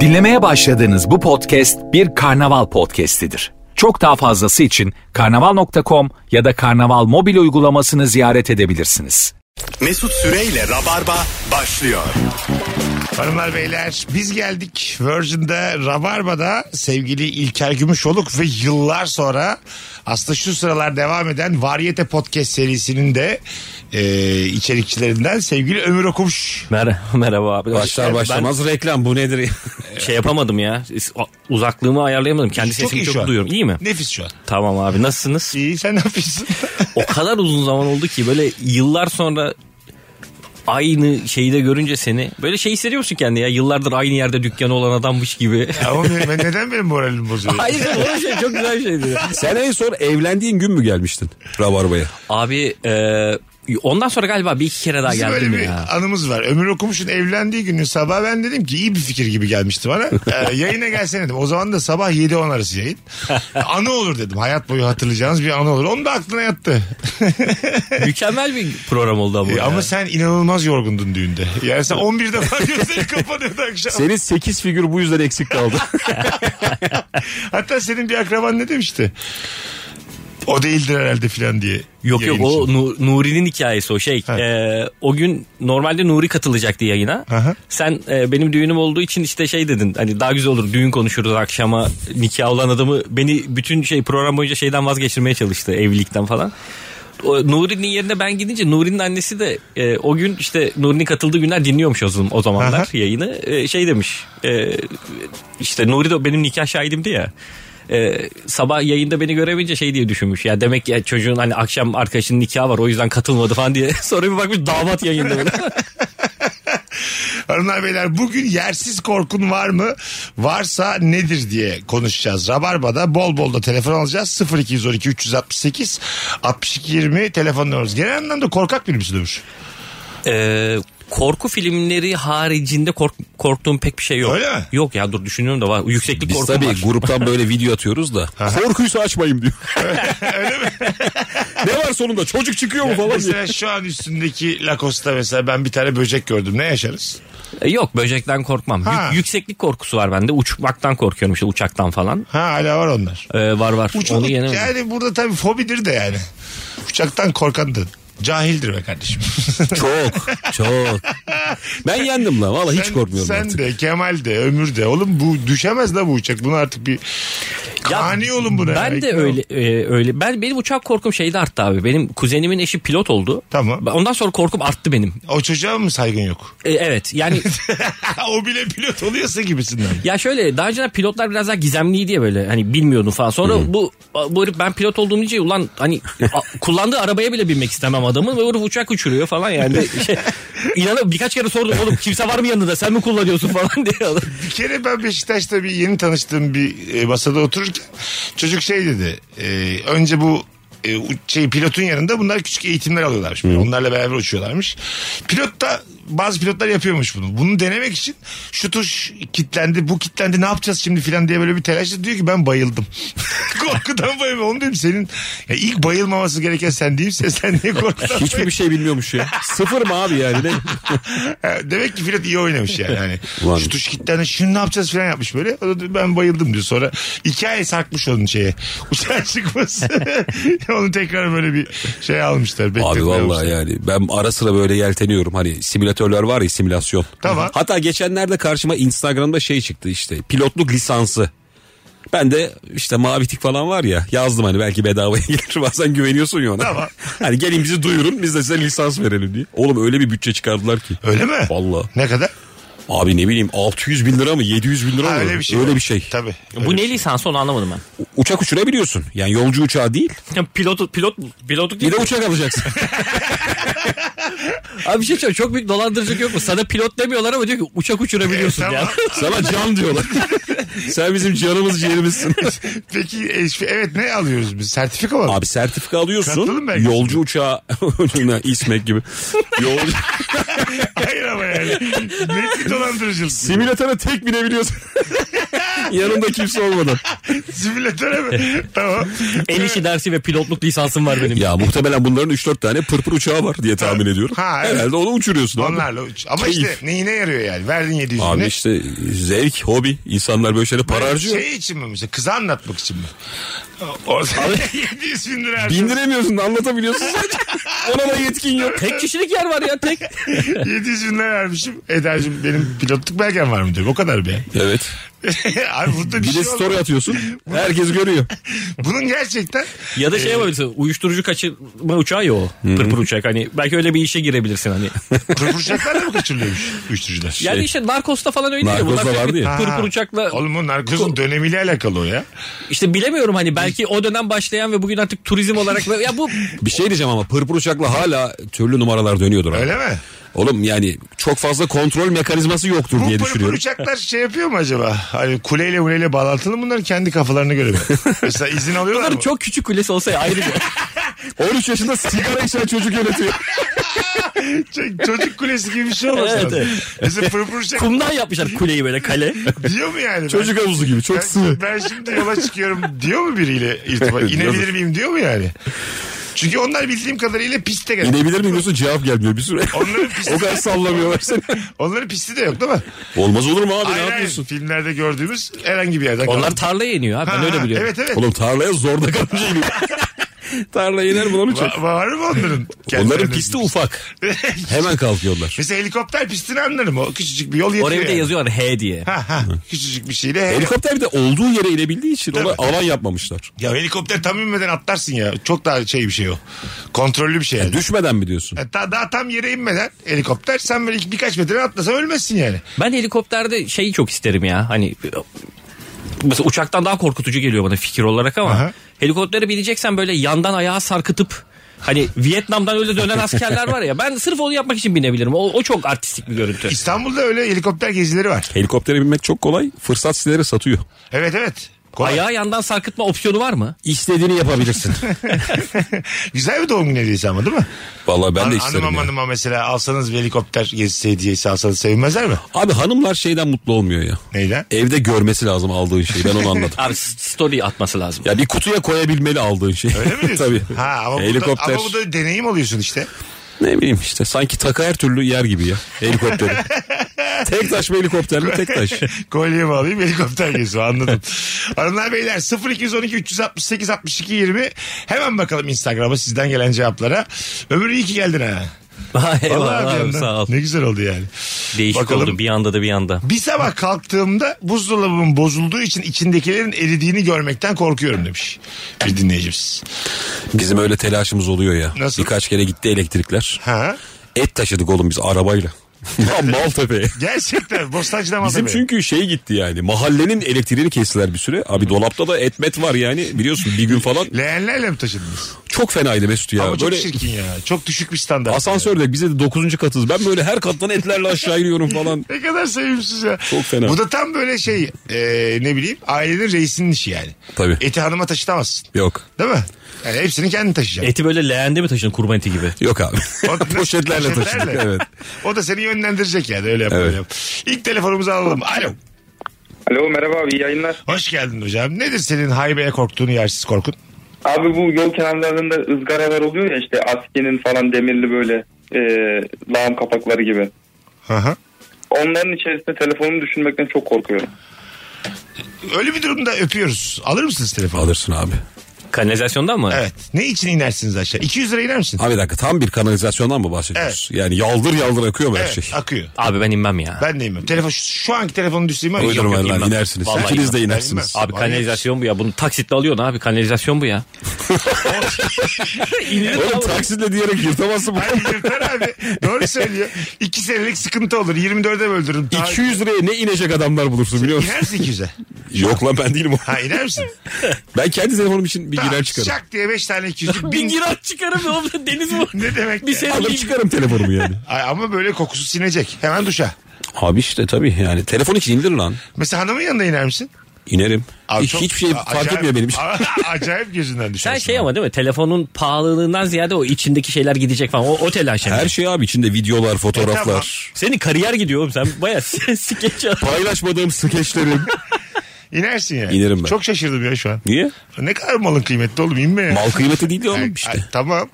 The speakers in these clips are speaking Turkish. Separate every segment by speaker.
Speaker 1: Dinlemeye başladığınız bu podcast bir karnaval podcastidir. Çok daha fazlası için karnaval.com ya da karnaval mobil uygulamasını ziyaret edebilirsiniz.
Speaker 2: Mesut Süreyle Rabarba başlıyor.
Speaker 3: Hanımlar beyler biz geldik Virgin'de Rabarba'da sevgili İlker Gümüşoluk ve yıllar sonra aslında şu sıralar devam eden Varyete Podcast serisinin de e, içerikçilerinden sevgili Ömür Okumuş.
Speaker 4: Mer- merhaba abi.
Speaker 5: Başlar başlamaz reklam bu nedir? ya?
Speaker 4: Ben şey yapamadım ya. Uzaklığımı ayarlayamadım. Kendi sesimi çok,
Speaker 3: şu an.
Speaker 4: duyuyorum. İyi mi?
Speaker 3: Nefis şu an.
Speaker 4: Tamam abi nasılsınız?
Speaker 3: İyi sen ne yapıyorsun?
Speaker 4: O kadar uzun zaman oldu ki böyle yıllar sonra aynı şeyi de görünce seni böyle şey hissediyorsun kendi ya yıllardır aynı yerde dükkanı olan adammış gibi.
Speaker 3: Ama ben, ben- neden benim moralim bozuyor?
Speaker 4: Hayır canım, o şey çok güzel şeydi.
Speaker 5: Sen en son evlendiğin gün mü gelmiştin Rabarba'ya?
Speaker 4: Abi e, ondan sonra galiba bir iki kere daha
Speaker 3: Bizim
Speaker 4: geldim
Speaker 3: öyle bir
Speaker 4: ya.
Speaker 3: anımız var. Ömür Okumuş'un evlendiği günün sabah ben dedim ki iyi bir fikir gibi gelmişti bana. Ee, yayına gelsene dedim. O zaman da sabah 7-10 arası yayın. Anı olur dedim. Hayat boyu hatırlayacağınız bir anı olur. Onu da aklına yattı.
Speaker 4: Mükemmel bir program oldu ama.
Speaker 3: Ee,
Speaker 4: ya.
Speaker 3: Ama sen inanılmaz yorgundun düğünde. Yani sen 11'de falan gözleri kapanıyordu akşam.
Speaker 5: Senin 8 figür bu yüzden eksik kaldı.
Speaker 3: Hatta senin bir akraban ne demişti? O değildir herhalde filan diye.
Speaker 4: Yok yok
Speaker 3: Yayın
Speaker 4: o
Speaker 3: için.
Speaker 4: Nu- Nuri'nin hikayesi o şey.
Speaker 3: Ha.
Speaker 4: Ee, o gün normalde Nuri katılacaktı yayına.
Speaker 3: Aha.
Speaker 4: Sen e, benim düğünüm olduğu için işte şey dedin. Hani daha güzel olur düğün konuşuruz akşama nikah olan adamı beni bütün şey program boyunca şeyden vazgeçirmeye çalıştı evlilikten falan. O, Nuri'nin yerine ben gidince Nuri'nin annesi de e, o gün işte Nuri'nin katıldığı günler dinliyormuş o, zaman- o zamanlar
Speaker 3: Aha.
Speaker 4: yayını. E, şey demiş e, işte Nuri de benim nikah şahidimdi ya. Ee, sabah yayında beni göremeyince şey diye düşünmüş. Ya demek ki çocuğun hani akşam arkadaşının nikahı var o yüzden katılmadı falan diye. Sonra bir bakmış damat yayında böyle.
Speaker 3: Hanımlar beyler bugün yersiz korkun var mı? Varsa nedir diye konuşacağız. Rabarba'da bol bol da telefon alacağız. 0212 368 62 20 telefon alıyoruz. Genel anlamda korkak bir misin Ömür?
Speaker 4: Ee, korku filmleri haricinde kork, korktuğum pek bir şey yok.
Speaker 3: Öyle mi?
Speaker 4: Yok ya dur düşünüyorum da var. Yükseklik
Speaker 5: Biz
Speaker 4: korkum
Speaker 5: tabii
Speaker 4: var.
Speaker 5: gruptan böyle video atıyoruz da. Korkuysa açmayayım diyor. ne var sonunda çocuk çıkıyor mu falan diye.
Speaker 3: Mesela şu an üstündeki Lacoste'da mesela ben bir tane böcek gördüm. Ne yaşarız?
Speaker 4: Ee, Yok böcekten korkmam.
Speaker 3: Ha.
Speaker 4: Yük- yükseklik korkusu var bende. Uçmaktan korkuyorum işte uçaktan falan.
Speaker 3: Ha hala var onlar.
Speaker 4: Ee, var var.
Speaker 3: Uçuluk
Speaker 4: Onu yenemedim.
Speaker 3: yani burada tabii fobidir de yani. Uçaktan korkan da cahildir be kardeşim.
Speaker 5: Çok çok. Ben yendim lan valla hiç
Speaker 3: Sen-
Speaker 5: korkmuyorum
Speaker 3: sen
Speaker 5: artık.
Speaker 3: de Kemal de Ömür de oğlum bu düşemez la bu uçak bunu artık bir
Speaker 4: Ya
Speaker 3: kani olun buna.
Speaker 4: Ben
Speaker 3: ya.
Speaker 4: de öyle e, öyle. Ben benim uçak korkum şeyde arttı abi. Benim kuzenimin eşi pilot oldu.
Speaker 3: Tamam.
Speaker 4: Ben- Ondan sonra korkum arttı benim.
Speaker 3: O çocuğa mı saygın yok?
Speaker 4: E, evet yani
Speaker 3: o bile pilot oluyorsa gibisinden.
Speaker 4: ya şöyle daha önce pilotlar biraz daha gizemliydi ya böyle hani bilmiyordun falan. Sonra bu bu herif ben pilot olduğum deyince ulan hani a- kullandığı arabaya bile binmek istemem adamın ve herif uçak uçuruyor falan yani. Şey, inanın birkaç kere sordum oğlum kimse var mı yanında sen mi kullanıyorsun falan diye. adam.
Speaker 3: Bir kere ben Beşiktaş'ta bir yeni tanıştığım bir e, masada otururken çocuk şey dedi. e, önce bu e, u- şey pilotun yanında bunlar küçük eğitimler alıyorlarmış. böyle. Onlarla beraber uçuyorlarmış. Pilot da bazı pilotlar yapıyormuş bunu. Bunu denemek için şu tuş kitlendi, bu kitlendi ne yapacağız şimdi filan diye böyle bir telaşla diyor ki ben bayıldım. Korkudan bayıldım. Onu diyorum senin ya ilk bayılmaması gereken sen değilsin. Sen niye korkudan
Speaker 5: Hiçbir bir şey bilmiyormuş ya. Sıfır mı abi yani? Ne?
Speaker 3: Ha, E, Demek ki Filat iyi oynamış yani. yani
Speaker 5: Ulan.
Speaker 3: şu tuş kilitlendi şunu ne yapacağız falan yapmış böyle. O da diyor, ben bayıldım diyor. Sonra iki ay sarkmış onun şeye. Uçağa çıkması. Onu tekrar böyle bir şey almışlar.
Speaker 5: Abi
Speaker 3: bekletmeye almışlar.
Speaker 5: vallahi yani ben ara sıra böyle yelteniyorum hani simülatörler var ya simülasyon.
Speaker 3: Tamam.
Speaker 5: Hatta geçenlerde karşıma Instagram'da şey çıktı işte pilotluk lisansı. Ben de işte mavi tik falan var ya yazdım hani belki bedavaya gelir bazen güveniyorsun ya ona.
Speaker 3: Tamam.
Speaker 5: hani gelin bizi duyurun biz de size lisans verelim diye. Oğlum öyle bir bütçe çıkardılar ki.
Speaker 3: Öyle mi?
Speaker 5: Vallahi.
Speaker 3: Ne kadar?
Speaker 5: Abi ne bileyim 600 bin lira mı 700 bin lira
Speaker 3: Ha,
Speaker 5: mı?
Speaker 3: öyle bir şey.
Speaker 5: Öyle
Speaker 3: var.
Speaker 5: bir şey.
Speaker 3: Tabii.
Speaker 4: bu ne lisansı onu anlamadım ben.
Speaker 5: U- Uçak uçurabiliyorsun. Yani yolcu uçağı değil.
Speaker 4: Ya pilot pilot pilotluk
Speaker 5: Bir de uçak alacaksın.
Speaker 4: Abi bir şey söyleyeyim, çok büyük dolandırıcılık yok mu? Sana pilot demiyorlar ama diyor ki uçak uçurabiliyorsun
Speaker 3: E, tamam.
Speaker 4: ya.
Speaker 5: Sana can diyorlar. Sen bizim canımız ciğerimizsin.
Speaker 3: Peki e, evet ne alıyoruz biz? Sertifika mı?
Speaker 5: Abi sertifika
Speaker 3: Katılım
Speaker 5: alıyorsun.
Speaker 3: belgesi.
Speaker 5: Yolcu uçağı önüne ismek gibi. Yolcu.
Speaker 3: Hayır ama yani. Net bir dolandırıcılık.
Speaker 5: Simülatöre tek binebiliyorsun. Yanında kimse olmadan.
Speaker 3: Simülatöre mi? tamam.
Speaker 4: El işi şey dersi ve pilotluk lisansım var benim.
Speaker 5: Ya muhtemelen bunların 3-4 tane pırpır uçağı var diye tahmin ediyorum.
Speaker 3: Ha, evet.
Speaker 5: Herhalde onu uçuruyorsun abi.
Speaker 3: Onlarla uç. Ama
Speaker 5: Keyif.
Speaker 3: işte neyine yarıyor yani? Verdin 700
Speaker 5: Abi
Speaker 3: bini.
Speaker 5: işte zevk, hobi. İnsanlar böyle şeylere para harcıyor.
Speaker 3: Şey için mi mesela? Kıza anlatmak için mi? Orada 700 bin lira harcadın.
Speaker 5: Bindiremiyorsun anlatabiliyorsun sadece. Ona da yetkin yok.
Speaker 4: Tek kişilik yer var ya tek.
Speaker 3: 700 bin lira vermişim. Eda'cığım benim pilotluk belgem var mı diyorum. O kadar be.
Speaker 5: Evet.
Speaker 3: Abi burada bir,
Speaker 5: Bir
Speaker 3: şey
Speaker 5: de
Speaker 3: olmaz.
Speaker 5: story atıyorsun. Herkes görüyor.
Speaker 3: Bunun gerçekten
Speaker 4: Ya da
Speaker 3: E,
Speaker 4: şey yapabilirsin uyuşturucu kaçırma uçağı ya o. Pırpır uçak hani belki öyle bir işe girebilirsin
Speaker 5: Şey.
Speaker 4: hani.
Speaker 3: kırpırçaklarla mı kaçırılıyormuş uyuşturucular?
Speaker 4: Yani işte Narcos'ta falan öyle değil. mi?
Speaker 5: Narcos'ta
Speaker 4: Bunlar
Speaker 5: vardı ya.
Speaker 4: Pırpır uçakla
Speaker 3: Oğlum o narkozun dönemiyle alakalı o ya.
Speaker 4: işte bilemiyorum hani belki o dönem başlayan ve bugün artık turizm olarak da- ya bu
Speaker 5: Bir şey diyeceğim ama pırpır uçakla hala türlü numaralar dönüyordur. Abi.
Speaker 3: Öyle mi?
Speaker 5: Oğlum yani çok fazla kontrol mekanizması yoktur
Speaker 3: Bu
Speaker 5: diye
Speaker 3: pırpır
Speaker 5: düşünüyorum.
Speaker 3: uçaklar şey yapıyor mu acaba? Hani kuleyle muleyle bağlantılı mı bunların kendi kafalarına göre mi? Mesela izin alıyorlar mı?
Speaker 4: bunların çok küçük kulesi olsa ya ayrı bir.
Speaker 5: 13 yaşında sigara içen çocuk yönetiyor.
Speaker 3: Ç- Çocuk kulesi gibi bir şey olmasa.
Speaker 4: Evet, evet.
Speaker 3: Mesela pırpır uçak
Speaker 4: Kumdan yapmışlar kuleyi böyle kale.
Speaker 3: diyor mu yani? Ben-
Speaker 5: çocuk havuzu gibi çok sığ.
Speaker 3: ben, ben şimdi yola çıkıyorum diyor mu biriyle irtibat? İnebilir miyim diyor mu yani? Çünkü onlar bildiğim kadarıyla piste gelen.
Speaker 5: İnebilir miyim diyorsun cevap gelmiyor bir süre.
Speaker 3: Onların pisti,
Speaker 5: o kadar sallamıyorlar seni.
Speaker 3: onların pisti de yok değil mi?
Speaker 5: Olmaz olur mu abi
Speaker 3: Hayır,
Speaker 5: ne
Speaker 3: hayır.
Speaker 5: yapıyorsun?
Speaker 3: Filmlerde gördüğümüz herhangi bir yerden.
Speaker 4: Onlar
Speaker 3: kalan-
Speaker 4: tarlaya iniyor abi ben
Speaker 3: Ha,
Speaker 4: öyle
Speaker 3: ha,
Speaker 4: biliyorum.
Speaker 3: Evet evet.
Speaker 5: Oğlum tarlaya zorda kalınca iniyor. tarlaya iner bulan uçak.
Speaker 3: Va- var mı onların?
Speaker 5: Onların
Speaker 3: Kendilerinin
Speaker 5: pisti
Speaker 3: bir-
Speaker 5: ufak. Hemen kalkıyorlar.
Speaker 3: Mesela helikopter pistini anlarım o. Küçücük bir yol yetiyor.
Speaker 4: Oraya bir de
Speaker 3: yani.
Speaker 4: yazıyorlar H diye.
Speaker 3: Ha ha. Küçücük bir şeyle.
Speaker 5: Helikopter bir de olduğu yere inebildiği için ona alan yapmamışlar.
Speaker 3: Ya helikopter tam inmeden atlarsın ya. Çok daha şey bir şey o. Kontrollü bir şey yani.
Speaker 5: Düşmeden mi diyorsun?
Speaker 3: Hatta E, daha tam yere inmeden helikopter sen böyle iki- birkaç metre atlasan ölmezsin yani.
Speaker 4: Ben helikopterde şeyi çok isterim ya. Hani mesela uçaktan daha korkutucu geliyor bana fikir olarak ama
Speaker 3: Aha.
Speaker 4: helikoptere bineceksen böyle yandan ayağa sarkıtıp hani Vietnam'dan öyle dönen askerler var ya ben sırf onu yapmak için binebilirim. O, o çok artistik bir görüntü.
Speaker 3: İstanbul'da öyle helikopter gezileri var.
Speaker 5: Helikoptere binmek çok kolay. Fırsat siteleri satıyor.
Speaker 3: Evet evet. Kolay.
Speaker 4: Ayağı yandan sarkıtma opsiyonu var mı?
Speaker 5: İstediğini yapabilirsin.
Speaker 3: Güzel bir doğum günü hediyesi ama değil mi?
Speaker 5: Vallahi ben de
Speaker 3: An-
Speaker 5: isterim
Speaker 3: Hanıma
Speaker 5: ya.
Speaker 3: manıma mesela alsanız bir helikopter gezisi hediyesi alsanız sevinmezler mi?
Speaker 5: Abi hanımlar şeyden mutlu olmuyor ya.
Speaker 3: Neyden?
Speaker 5: Evde görmesi lazım aldığın şeyi. Ben onu anladım.
Speaker 4: Abi s- story atması lazım.
Speaker 5: ya bir kutuya koyabilmeli aldığın şeyi.
Speaker 3: Öyle mi diyorsun?
Speaker 5: Tabii.
Speaker 3: Ha, ama,
Speaker 5: Helikopter.
Speaker 3: Bu da, ama bu da deneyim oluyorsun işte.
Speaker 5: Ne bileyim işte sanki takı her türlü yer gibi ya. Helikopteri. tek taş mı helikopter mi? Tek taş.
Speaker 3: Kolye mi alayım helikopter gezisi anladım. Hanımlar beyler 0212 368 62 20 hemen bakalım Instagram'a sizden gelen cevaplara. Ömür iyi ki geldin ha. Vallahi
Speaker 4: Eyvallah
Speaker 3: bir
Speaker 4: abi,
Speaker 3: yandan.
Speaker 4: sağ ol.
Speaker 3: Ne güzel oldu yani.
Speaker 4: Değişik
Speaker 3: Bakalım.
Speaker 4: oldu bir anda da bir anda.
Speaker 3: Bir sabah kalktığımda buzdolabım bozulduğu için içindekilerin eridiğini görmekten korkuyorum demiş bir dinleyicimiz.
Speaker 5: Bizim öyle telaşımız oluyor ya.
Speaker 3: Nasıl?
Speaker 5: Birkaç kere gitti elektrikler.
Speaker 3: Ha?
Speaker 5: Et taşıdık oğlum biz arabayla. Lan Maltepe'ye.
Speaker 3: Gerçekten Bostancı'da
Speaker 5: Bizim çünkü şey gitti yani mahallenin elektriğini kestiler bir süre. Abi dolapta da et met var yani biliyorsun bir gün falan.
Speaker 3: Leğenlerle mi taşıdınız?
Speaker 5: Çok fenaydı Mesut ya.
Speaker 3: Ama çok
Speaker 5: böyle
Speaker 3: çirkin ya. Çok düşük bir standart.
Speaker 5: asansörde bize de 9. katız. Ben böyle her kattan etlerle aşağı iniyorum falan.
Speaker 3: Ne kadar sevimsiz ya.
Speaker 5: Çok fena.
Speaker 3: Bu da tam böyle şey e, ne bileyim ailenin reisinin işi yani.
Speaker 5: Tabii.
Speaker 3: Eti hanıma taşıtamazsın.
Speaker 5: Yok.
Speaker 3: Değil mi? Yani hepsini kendin taşıyacaksın.
Speaker 4: Eti böyle leğende mi taşıdın kurban eti gibi?
Speaker 5: Yok abi.
Speaker 3: O-
Speaker 5: Poşetlerle taşıdık
Speaker 3: Poşetlerle.
Speaker 5: evet.
Speaker 3: O da seni yönlendirecek yani öyle yap.
Speaker 5: Evet.
Speaker 3: öyle yap. İlk telefonumuzu alalım. Alo.
Speaker 6: Alo merhaba abi iyi yayınlar.
Speaker 3: Hoş geldin hocam. Nedir senin haybeye korktuğun yersiz korkun?
Speaker 6: Abi bu yol kenarlarında ızgaralar oluyor ya işte askenin falan demirli böyle e, lağım kapakları gibi.
Speaker 3: Hı hı.
Speaker 6: Onların içerisinde telefonumu düşünmekten çok korkuyorum.
Speaker 3: Öyle bir durumda öpüyoruz. Alır mısınız telefonu?
Speaker 5: Alırsın abi.
Speaker 4: Kanalizasyondan mı?
Speaker 3: Evet. Ne için inersiniz aşağı? 200 lira iner misin?
Speaker 5: Abi bir dakika tam bir kanalizasyondan mı bahsediyoruz? Yani yaldır yaldır akıyor mu her
Speaker 3: evet.
Speaker 5: şey?
Speaker 3: Akıyor.
Speaker 4: Abi ben inmem ya.
Speaker 3: Ben de inmem. Telefon, şu, şu anki telefonu düşseyim ama
Speaker 5: Uydurma
Speaker 3: yok, yok,
Speaker 5: lan
Speaker 3: inmem.
Speaker 5: inersiniz.
Speaker 4: Vallahi
Speaker 5: İkiniz de
Speaker 4: inmem.
Speaker 5: inersiniz.
Speaker 3: Ben
Speaker 4: Abi kanalizasyon bu ya. Bunu taksitle alıyorsun abi. Kanalizasyon bu ya.
Speaker 5: Oğlum taksitle diyerek yırtamazsın bu.
Speaker 3: Hayır yırtar abi. Doğru söylüyor. 2 senelik sıkıntı olur. 24'e böldürürüm. Ta-
Speaker 5: 200 liraya ne inecek adamlar bulursun biliyor musun?
Speaker 3: İner misin 200'e?
Speaker 5: Yok lan ben değilim o.
Speaker 3: Ha iner misin?
Speaker 5: Ben kendi telefonum için bir girer
Speaker 3: Ha,
Speaker 5: çıkarım.
Speaker 3: Şak diye 5 tane 200'lük.
Speaker 4: Bir
Speaker 3: Bin...
Speaker 4: girat çıkarım ya oğlum deniz bu.
Speaker 3: ne demek?
Speaker 4: Bir
Speaker 3: ya?
Speaker 4: şey
Speaker 5: Alır çıkarım telefonumu yani.
Speaker 3: Ay, ama böyle kokusu sinecek. Hemen duşa.
Speaker 5: Abi işte tabii yani telefon için indir lan.
Speaker 3: Mesela hanımın yanında iner misin?
Speaker 5: İnerim.
Speaker 3: Abi
Speaker 5: Hiç,
Speaker 3: çok-
Speaker 5: hiçbir şey
Speaker 3: a-
Speaker 5: fark
Speaker 3: acayip-
Speaker 5: etmiyor benim için.
Speaker 3: acayip gözünden düşersin.
Speaker 4: Sen şey ama değil mi? Telefonun pahalılığından ziyade o içindeki şeyler gidecek falan. O, o telaş yani.
Speaker 5: Her şey abi içinde videolar,
Speaker 3: E, tamam.
Speaker 4: şey.
Speaker 5: fotoğraflar.
Speaker 4: Senin kariyer gidiyor oğlum. Sen baya skeç
Speaker 5: Paylaşmadığım skeçlerim.
Speaker 3: İnersin yani.
Speaker 5: İnerim ben.
Speaker 3: Çok şaşırdım ya şu an.
Speaker 5: Niye?
Speaker 3: Ne kadar malın kıymetli oğlum inme ya.
Speaker 5: Mal kıymeti değil de
Speaker 3: Ay,
Speaker 5: oğlum işte.
Speaker 3: ay, tamam.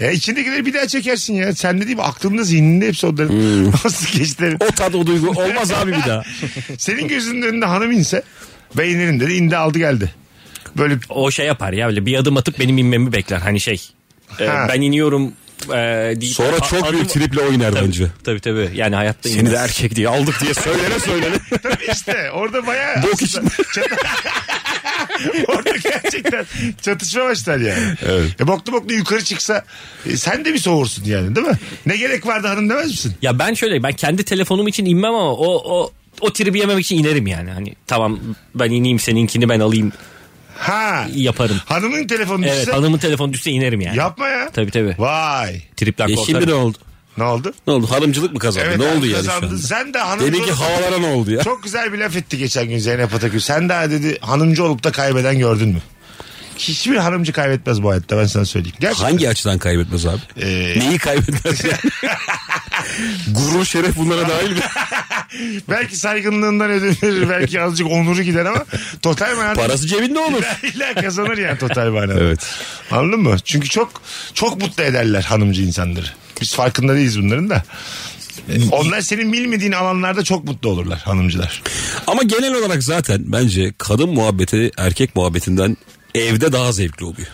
Speaker 3: Ya içindekileri bir daha çekersin ya. Sen de değil mi? Aklında zihninde hepsi onların.
Speaker 5: Hmm.
Speaker 3: Nasıl geçti?
Speaker 5: O tat o duygu olmaz abi bir daha.
Speaker 3: Senin gözünün önünde hanım inse ben inerim dedi. indi aldı geldi. Böyle
Speaker 4: O şey yapar ya böyle bir adım atıp benim inmemi bekler. Hani şey e,
Speaker 3: Ha.
Speaker 4: ben iniyorum e, deyip-
Speaker 5: Sonra
Speaker 4: A-
Speaker 5: çok
Speaker 4: adım-
Speaker 5: büyük triple oynar
Speaker 4: Tabii,
Speaker 5: bence.
Speaker 4: Tabii tabii. Yani hayatta
Speaker 5: Seni de erkek diye aldık diye söylene söylene.
Speaker 3: işte orada bayağı
Speaker 5: Bok
Speaker 3: aslında çat- orada gerçekten çatışma başlar yani.
Speaker 5: Evet.
Speaker 3: E boklu boklu yukarı çıksa e, sen de bir soğursun yani değil mi? Ne gerek vardı hanım demez misin?
Speaker 4: Ya ben şöyle ben kendi telefonum için inmem ama o o o tribi yememek için inerim yani. Hani tamam ben ineyim seninkini ben alayım
Speaker 3: Ha.
Speaker 4: yaparım.
Speaker 3: Hanımın telefonu
Speaker 4: Evet
Speaker 3: düşse
Speaker 4: hanımın telefonu düşse inerim yani.
Speaker 3: yapma ya.
Speaker 4: Tabii tabii.
Speaker 3: Vay.
Speaker 4: Tripler
Speaker 5: E
Speaker 4: korkarım.
Speaker 5: şimdi ne oldu?
Speaker 3: Ne oldu?
Speaker 5: Ne oldu? Hanımcılık mı kazandı? ne
Speaker 3: hanım
Speaker 5: oldu yani şu
Speaker 3: kazandı.
Speaker 5: anda?
Speaker 3: Sen de hanım
Speaker 5: Demin ki havalara ne oldu ya?
Speaker 3: Çok güzel bir laf etti geçen gün Zeynep Atakül. Sen daha dedi hanımcı olup da kaybeden gördün mü? Hiçbir hanımcı kaybetmez bu hayatta ben sana söyleyeyim. Gerçekten.
Speaker 5: Hangi açıdan kaybetmez abi?
Speaker 3: Ee,
Speaker 5: Neyi kaybetmez ya? Gurur şeref bunlara dahil mi?
Speaker 3: belki saygınlığından ödün verir, belki azıcık onuru gider ama total manada
Speaker 5: Parası cebinde olur.
Speaker 3: İlla kazanır yani total manada.
Speaker 5: Evet.
Speaker 3: Anladın mı? Çünkü çok çok mutlu ederler hanımcı insanları. Biz farkında değiliz bunların da. E, Onlar senin bilmediğin alanlarda çok mutlu olurlar hanımcılar.
Speaker 5: Ama genel olarak zaten bence kadın muhabbeti erkek muhabbetinden evde daha zevkli oluyor.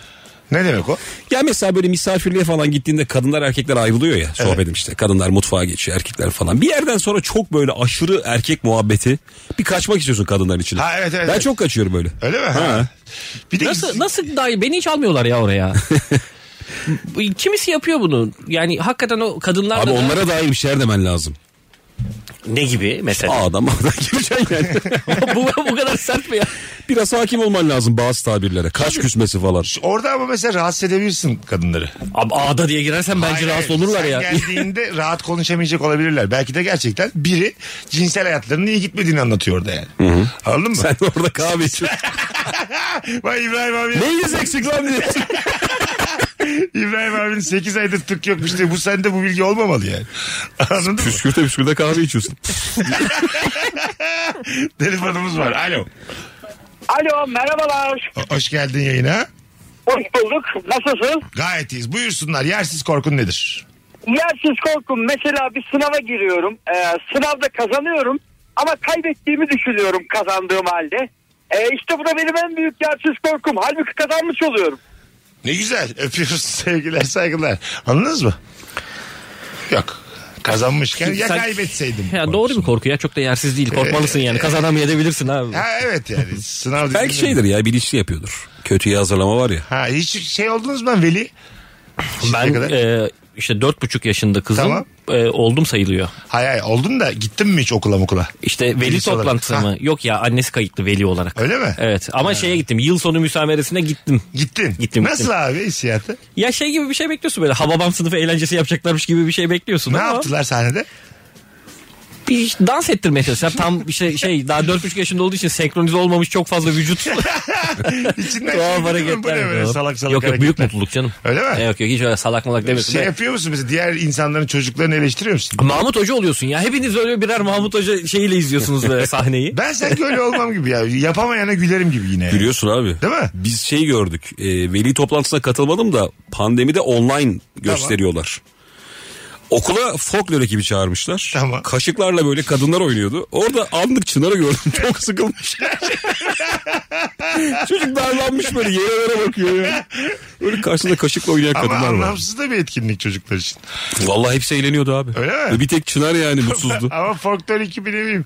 Speaker 3: Ne demek o?
Speaker 5: Ya mesela böyle misafirliğe falan gittiğinde kadınlar erkekler ayrılıyor ya sohbetim işte. Kadınlar mutfağa geçiyor erkekler falan. Bir yerden sonra çok böyle aşırı erkek muhabbeti bir kaçmak istiyorsun kadınların içine.
Speaker 3: Ha, evet, evet,
Speaker 5: Ben
Speaker 3: evet.
Speaker 5: çok kaçıyorum böyle.
Speaker 3: Öyle mi? Ha. Bir de
Speaker 4: Nasıl nasıl dahi beni hiç almıyorlar ya oraya. Bu- Kimisi yapıyor bunu. Yani hakikaten o kadınlar
Speaker 5: Abi
Speaker 4: da
Speaker 5: onlara dair bir şeyler demen lazım.
Speaker 4: ne gibi mesela?
Speaker 5: Aa adam adam gireceksin yani.
Speaker 4: bu, bu kadar sert mi ya?
Speaker 5: Biraz hakim olman lazım bazı tabirlere. Kaç küsmesi falan.
Speaker 3: Orada ama mesela rahatsız edebilirsin kadınları.
Speaker 4: Abi ağda diye girersen bence
Speaker 3: Hayır,
Speaker 4: rahatsız
Speaker 3: hayır.
Speaker 4: olurlar
Speaker 3: Sen
Speaker 4: ya.
Speaker 3: geldiğinde rahat konuşamayacak olabilirler. Belki de gerçekten biri cinsel hayatlarının iyi gitmediğini anlatıyor orada yani. Anladın mı?
Speaker 5: Sen orada kahve içiyorsun.
Speaker 3: Vay İbrahim abi.
Speaker 5: Neyiniz eksik lan diye.
Speaker 3: İbrahim abinin 8 aydır tık yokmuş diye bu sende bu bilgi olmamalı yani. Anladın mı?
Speaker 5: Püskürte püskürte kahve içiyorsun.
Speaker 3: Telefonumuz var. Alo.
Speaker 7: Alo merhabalar.
Speaker 3: O- Hoş geldin yayına.
Speaker 7: Hoş bulduk. Nasılsın?
Speaker 3: Gayet iyiyiz. Buyursunlar. Yersiz korkun nedir?
Speaker 7: Yersiz korkum. Mesela bir sınava giriyorum. Ee, sınavda kazanıyorum. Ama kaybettiğimi düşünüyorum kazandığım halde. Ee, işte bu da benim en büyük yersiz korkum. Halbuki kazanmış oluyorum.
Speaker 3: Ne güzel. Öpüyoruz. Sevgiler, saygılar. Anladınız mı? Yok. Kazanmışken ya
Speaker 4: Sen-
Speaker 3: kaybetseydim.
Speaker 4: Ya doğru bir korku ya çok da yersiz değil. Korkmalısın yani kazanamayabilirsin abi.
Speaker 3: Ha evet yani. Sınav
Speaker 5: Belki
Speaker 3: dediğinde-
Speaker 5: şeydir ya bilinçli yapıyordur. Kötüye hazırlama var ya.
Speaker 3: Ha hiç şey oldunuz mu ben Veli? Şimdiye
Speaker 4: Ben
Speaker 3: kadar.
Speaker 4: e, işte dört buçuk yaşında kızım
Speaker 3: Tamam.
Speaker 4: e, oldum sayılıyor.
Speaker 3: Hay hay oldun da gittin mi hiç okula okula?
Speaker 4: İşte veli
Speaker 3: Velisi olarak.
Speaker 4: toplantısı
Speaker 3: Ha.
Speaker 4: mı? Yok ya annesi kayıtlı veli olarak.
Speaker 3: Öyle mi?
Speaker 4: Evet ama şeye gittim. Yıl sonu müsameresine gittim.
Speaker 3: Gittin.
Speaker 4: Gittim,
Speaker 3: Nasıl
Speaker 4: gittim.
Speaker 3: abi hissiyatı?
Speaker 4: Ya şey gibi bir şey bekliyorsun böyle. Hababam sınıfı eğlencesi yapacaklarmış gibi bir şey bekliyorsun.
Speaker 3: Ne
Speaker 4: ama
Speaker 3: yaptılar sahnede?
Speaker 4: Bir iş- dans ettirmeye çalıştılar. Tam işte şey daha dört buçuk yaşında olduğu için senkronize olmamış çok fazla vücut.
Speaker 3: İçinden şey
Speaker 4: Tuhaf
Speaker 3: gidiyor mu? Bu ne
Speaker 4: hareketler.
Speaker 3: böyle
Speaker 4: yapıyorlar.
Speaker 3: salak salak
Speaker 4: yok yok büyük
Speaker 3: hareketler?
Speaker 4: mutluluk canım.
Speaker 3: Öyle mi?
Speaker 4: Yok yok hiç öyle salak malak demiyorsun.
Speaker 3: Şey
Speaker 4: Be-
Speaker 3: yapıyor musun mesela diğer insanların çocuklarını eleştiriyor musun?
Speaker 4: Mahmut Hoca oluyorsun ya. Hepiniz öyle birer Mahmut Hoca şeyiyle izliyorsunuz böyle sahneyi.
Speaker 3: Ben sanki öyle olmam gibi ya. Yapamayana gülerim gibi yine.
Speaker 5: Gülüyorsun abi.
Speaker 3: Değil mi?
Speaker 5: Biz şey gördük. e, veli toplantısına katılmadım da pandemide online gösteriyorlar. Okula folklor ekibi çağırmışlar.
Speaker 3: Tamam.
Speaker 5: Kaşıklarla böyle kadınlar oynuyordu. Orada anlık Çınar'ı gördüm. Çok sıkılmış. Çocuk darlanmış böyle yerlere bakıyor ya. Böyle karşısında kaşıkla oynayan
Speaker 3: Ama
Speaker 5: kadınlar var.
Speaker 3: anlamsız da bir etkinlik çocuklar için.
Speaker 5: Vallahi hepsi eğleniyordu abi.
Speaker 3: Öyle mi?
Speaker 5: Bir tek Çınar yani mutsuzdu.
Speaker 3: Ama folklor ekibi ne bileyim.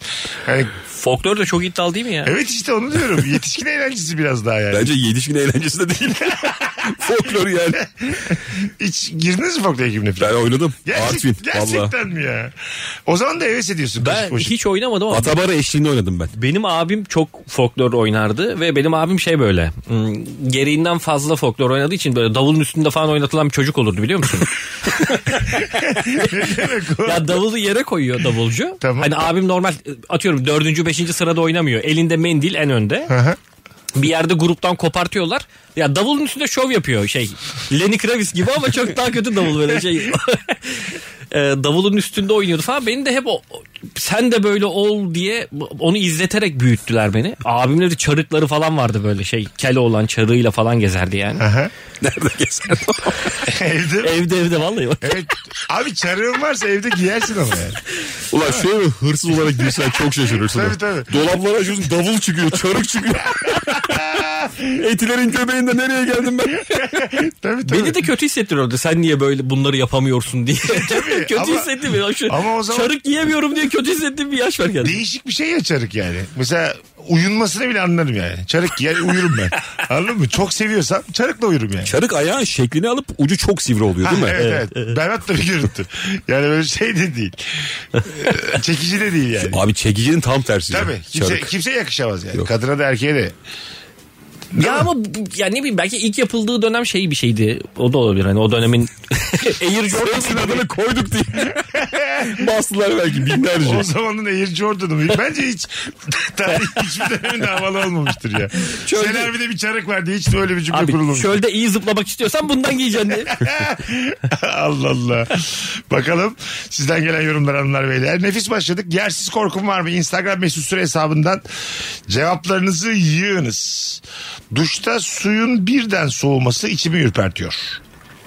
Speaker 3: Yani,
Speaker 4: Folklor da çok iddialı değil mi ya?
Speaker 3: evet işte onu diyorum. Yetişkin eğlencesi biraz daha yani.
Speaker 5: Bence yetişkin eğlencesi de değil. folklor yani.
Speaker 3: Hiç girdiniz mi folklor ekibine?
Speaker 5: Ben
Speaker 3: falan?
Speaker 5: oynadım.
Speaker 3: Gerçek-
Speaker 5: Artvin. Valla.
Speaker 3: gerçekten mi ya? O zaman da heves ediyorsun.
Speaker 4: Ben
Speaker 3: koşup koşup.
Speaker 4: hiç oynamadım ama
Speaker 5: Atabara eşliğinde oynadım ben.
Speaker 4: benim abim çok folklor oynardı ve benim abim şey böyle hmm, gereğinden fazla folklor oynadığı için böyle davulun üstünde falan oynatılan bir çocuk olurdu biliyor musun?
Speaker 3: Ne demek o?
Speaker 4: ya davulu yere koyuyor davulcu.
Speaker 3: Tamam.
Speaker 4: Hani abim normal atıyorum dördüncü beşinci sırada oynamıyor. Elinde mendil en önde.
Speaker 3: hı.
Speaker 4: bir yerde gruptan kopartıyorlar. Ya davulun üstünde şov yapıyor şey. Lenny Kravitz gibi ama çok daha kötü davul böyle şey. e, davulun üstünde oynuyordu falan. Beni de hep o, sen de böyle ol diye onu izleterek büyüttüler beni. Abimle de çarıkları falan vardı böyle şey. Kele olan çarığıyla falan gezerdi yani.
Speaker 5: Nerede gezer?
Speaker 3: Evde.
Speaker 4: evde evde vallahi bak.
Speaker 3: Evet. Abi çarığın varsa evde giyersin ama yani.
Speaker 5: Ulan şöyle bir hırsız olarak girsen çok şaşırırsın.
Speaker 3: Tabii, tabii.
Speaker 5: Dolapları açıyorsun davul çıkıyor, çarık çıkıyor. Etilerin göbeğinde nereye geldim ben?
Speaker 3: Tabii tabii.
Speaker 4: Beni de kötü hissettiriyordu. Sen niye böyle bunları yapamıyorsun diye. kötü
Speaker 3: ama-
Speaker 4: hissettim. ya. Şu
Speaker 3: ama o zaman-
Speaker 4: Çarık yiyemiyorum diye kötü hissettiğim bir yaş var yani.
Speaker 3: Değişik bir şey ya çarık yani. Mesela uyunmasını bile anlarım yani. Çarık giyer uyurum ben. Anladın mı? Çok seviyorsam çarıkla uyurum yani.
Speaker 5: Çarık ayağın şeklini alıp ucu çok sivri oluyor değil mi?
Speaker 3: Ha, Evet, evet. Berbat da bir görüntü. Yani böyle şey de değil. Ee, Çekici de değil yani.
Speaker 5: Abi çekicinin tam tersi. ya,
Speaker 3: Tabii. Kimse,
Speaker 5: çarık.
Speaker 3: kimse yakışamaz yani.
Speaker 5: Yok.
Speaker 3: Kadına da erkeğe de. Değil
Speaker 4: Ya
Speaker 3: mi?
Speaker 4: ama bu- yani ne bileyim belki ilk yapıldığı dönem şey bir şeydi. O da olabilir hani o dönemin Air
Speaker 5: Hepsinin
Speaker 4: Jordan
Speaker 5: adını koyduk diye. Bastılar belki binlerce.
Speaker 3: O zamanın Air Jordan'ı mı? Bence hiç tarih hiçbir döneminde havalı olmamıştır ya.
Speaker 4: Şöyle-
Speaker 3: Sener bir de bir çarık vardı. Hiç de öyle bir cümle
Speaker 4: Abi
Speaker 3: kurulmamış.
Speaker 4: şöyle iyi zıplamak istiyorsan bundan giyeceksin diye.
Speaker 3: Allah Allah. Bakalım sizden gelen yorumlar hanımlar beyler. Nefis başladık. Yersiz korkum var mı? Instagram mesut süre hesabından cevaplarınızı yığınız. Duşta suyun birden soğuması içimi ürpertiyor.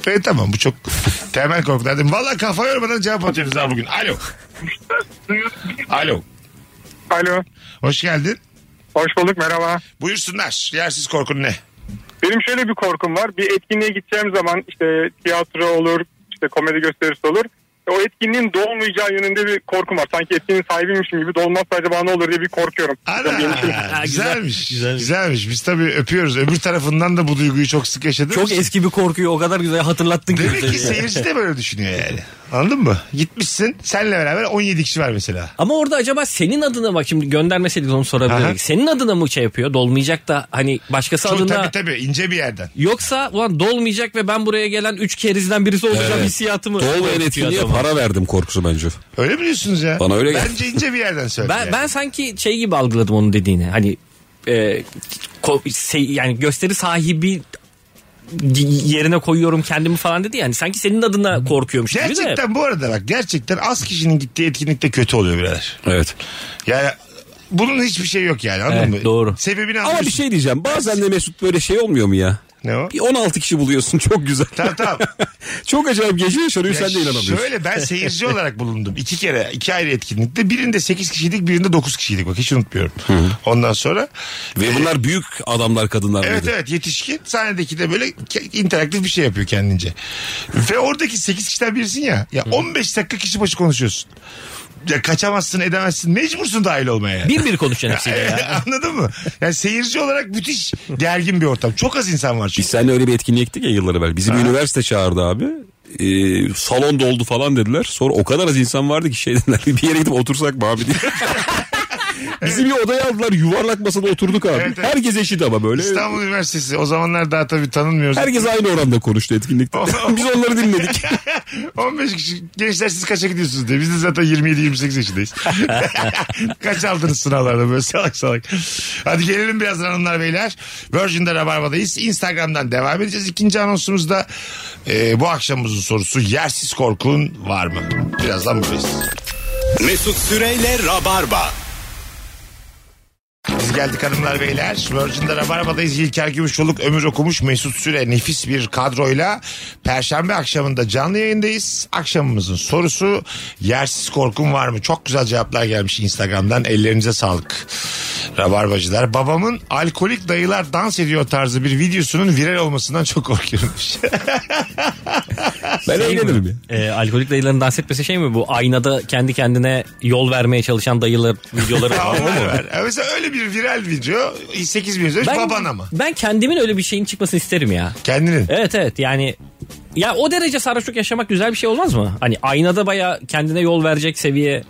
Speaker 3: E tamam bu çok temel korkulardım. Valla kafa yormadan cevap atıyoruz ha bugün. Alo. Alo.
Speaker 6: Alo.
Speaker 3: Hoş geldin.
Speaker 6: Hoş bulduk merhaba.
Speaker 3: Buyursunlar. Yersiz korkun ne?
Speaker 6: Benim şöyle bir korkum var. Bir etkinliğe gideceğim zaman işte tiyatro olur, işte komedi gösterisi olur. O etkinliğin dolmayacağı yönünde bir korkum var. Sanki etkinliğin sahibiymişim gibi dolmazsa acaba ne olur diye bir korkuyorum.
Speaker 3: Ana,
Speaker 4: Ha,
Speaker 3: güzelmiş, güzelmiş.
Speaker 4: güzelmiş, güzelmiş.
Speaker 3: Biz tabii öpüyoruz. Öbür tarafından da bu duyguyu çok sık yaşadık.
Speaker 4: Çok eski bir korkuyu o kadar güzel hatırlattın ki.
Speaker 3: Demek ki seyirci de böyle düşünüyor yani. Anladın mı? Gitmişsin senle beraber 17 kişi var mesela.
Speaker 4: Ama orada acaba senin adına bak şimdi göndermeseydik onu
Speaker 3: Aha.
Speaker 4: sorabilirdik. Senin adına mı şey yapıyor? Dolmayacak da hani başkası
Speaker 3: Çok
Speaker 4: adına
Speaker 3: tabii tabii ince bir yerden.
Speaker 4: yoksa ulan dolmayacak ve ben buraya gelen üç kerizden birisi olacağım
Speaker 5: Evet.
Speaker 4: hissiyatı mı?
Speaker 5: Dolmayan
Speaker 4: Korkutuyor
Speaker 5: etkinliğe
Speaker 4: adamı?
Speaker 5: para verdim korkusu bence.
Speaker 3: Öyle mi diyorsunuz ya?
Speaker 5: Bana öyle geldi.
Speaker 3: Bence ince bir yerden söyle.
Speaker 4: Ben, ben sanki şey gibi algıladım onun dediğini. Hani e, ko- şey, yani gösteri sahibi y- yerine koyuyorum kendimi falan dedi yani sanki senin adına korkuyormuş gibi de.
Speaker 3: Gerçekten bu arada bak gerçekten az kişinin gittiği etkinlikte kötü oluyor birader.
Speaker 5: Evet.
Speaker 3: Yani bunun hiçbir şey yok yani anladın
Speaker 4: Evet,
Speaker 3: mı?
Speaker 4: doğru.
Speaker 3: Sebebini
Speaker 5: Ama
Speaker 3: anlıyorsun.
Speaker 5: bir şey diyeceğim. Bazen de Mesut böyle şey olmuyor mu ya?
Speaker 3: Ne o?
Speaker 5: Bir 16 kişi buluyorsun çok güzel.
Speaker 3: Tamam tamam.
Speaker 5: çok acayip gece yaşanıyor sen de inanamıyorsun.
Speaker 3: Şöyle ben seyirci olarak bulundum. iki kere iki ayrı etkinlikte. Birinde 8 kişiydik birinde 9 kişiydik bak hiç unutmuyorum. Ondan sonra
Speaker 5: Ve bunlar büyük adamlar kadınlar
Speaker 3: Evet
Speaker 5: mıydı?
Speaker 3: evet yetişkin sahnedeki de böyle ke- interaktif bir şey yapıyor kendince. Ve oradaki 8 kişiden birisin ya. Ya 15 dakika kişi başı konuşuyorsun. Ya kaçamazsın edemezsin mecbursun dahil olmaya. yani.
Speaker 4: Bir bir konuşacaksın hepsiyle ya.
Speaker 3: Anladın mı? Yani seyirci olarak müthiş gergin bir ortam. Çok az insan var
Speaker 5: Biz
Speaker 3: çünkü.
Speaker 5: seninle öyle bir etkinliğe gittik ya yıllar evvel. Bizim üniversite çağırdı abi. Ee, salon doldu falan dediler. Sonra o kadar az insan vardı ki şey dediler. Bir yere gidip otursak mı abi diye. Bizi bir odaya aldılar yuvarlak masada oturduk abi.
Speaker 3: Evet, evet.
Speaker 5: Herkes eşit ama böyle.
Speaker 3: İstanbul Üniversitesi o zamanlar daha tabii tanınmıyoruz.
Speaker 5: Herkes aynı oranda konuştu etkinlikte.
Speaker 3: Oh.
Speaker 5: Biz onları dinledik.
Speaker 3: 15 kişi gençler siz kaça gidiyorsunuz diye. Biz de zaten 27-28 yaşındayız. Kaç aldınız sınavlarda böyle salak salak. Hadi gelelim birazdan hanımlar beyler. Virgin'de Rabarba'dayız. Instagram'dan devam edeceğiz. İkinci anonsumuzda e, bu akşamımızın sorusu yersiz korkun var mı? Birazdan buradayız.
Speaker 2: Mesut Süreyle Rabarba.
Speaker 3: Biz geldik hanımlar beyler. Virgin'de Rabarba'dayız. İlker Gümüşoluk, Ömür Okumuş, Mesut Süre nefis bir kadroyla Perşembe akşamında canlı yayındayız. Akşamımızın sorusu yersiz korkum var mı? Çok güzel cevaplar gelmiş Instagram'dan. Ellerinize sağlık. Rabarbacılar. Babamın alkolik dayılar dans ediyor tarzı bir videosunun viral olmasından çok korkuyorum. demiş.
Speaker 5: ben
Speaker 3: Şey
Speaker 5: eğlenirim ya.
Speaker 4: E, alkolik dayıların dans etmesi şey mi bu? Aynada kendi kendine yol vermeye çalışan dayılar videoları
Speaker 3: Ya
Speaker 4: falan o mu?
Speaker 3: onlar var. Ya Mesela öyle bir viral video 8 bin izlenmiş baban ama.
Speaker 4: ben kendimin öyle bir şeyin çıkmasını isterim ya.
Speaker 3: Kendinin.
Speaker 4: Evet evet yani ya o derece sarhoşluk yaşamak güzel bir şey olmaz mı? Hani aynada baya kendine yol verecek seviye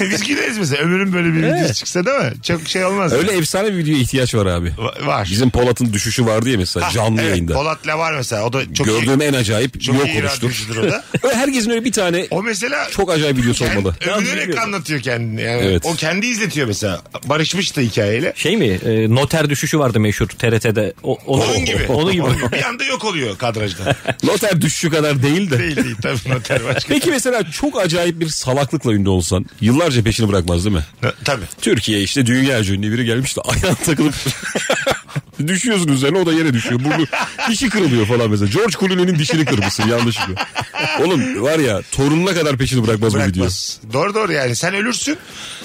Speaker 3: Biz güleriz mesela. Ömür'ün böyle bir videosu çıksa değil mi? Çok şey olmaz.
Speaker 5: Öyle efsane bir videoya ihtiyaç var abi.
Speaker 3: Va- var.
Speaker 5: Bizim Polat'ın düşüşü vardı ya mesela canlı
Speaker 3: Evet,
Speaker 5: yayında.
Speaker 3: Polat Levar mesela. O da çok
Speaker 5: Gördüğüm
Speaker 3: iyi,
Speaker 5: en acayip
Speaker 3: çok
Speaker 5: yok
Speaker 3: iyi
Speaker 5: oluştur.
Speaker 3: radyocudur o da.
Speaker 5: Öyle herkesin öyle bir tane
Speaker 3: O mesela
Speaker 5: çok acayip videosu olmalı.
Speaker 3: övünerek anlatıyor kendini. Yani
Speaker 5: Evet.
Speaker 3: O kendi izletiyor mesela. Barışmış da hikayeyle.
Speaker 4: Şey mi? e, noter düşüşü vardı meşhur TRT'de. O, onu-
Speaker 3: Onun gibi.
Speaker 4: Onu gibi.
Speaker 3: bir anda yok oluyor kadrajda.
Speaker 5: Noter düşüşü kadar değil de.
Speaker 3: değil değil tabii noter başka.
Speaker 5: Peki mesela çok acayip bir salaklıkla ünlü olsan yıllarca peşini bırakmaz değil mi?
Speaker 3: tabii.
Speaker 5: Türkiye işte dünya ünlü biri gelmiş de ayağına takılıp düşüyorsun üzerine o da yere düşüyor. Burnu dişi kırılıyor falan mesela. George Clooney'nin dişini kırmışsın yanlışlıkla. Oğlum var ya torununa kadar peşini bırakmaz, bu video.
Speaker 3: Bırakmaz. Doğru doğru yani sen ölürsün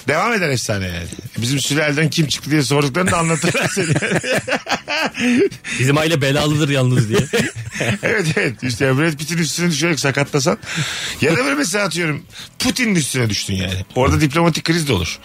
Speaker 3: devam eder efsane yani. Bizim sülalden kim çıktı diye sorduklarını da anlatırlar seni.
Speaker 4: Bizim aile belalıdır yalnız diye.
Speaker 3: evet evet işte Brad Pitt'in üstüne düşerek sakatlasan ya da böyle mesela atıyorum Putin'in üstüne düştün yani. Orada diplomatik kriz de olur.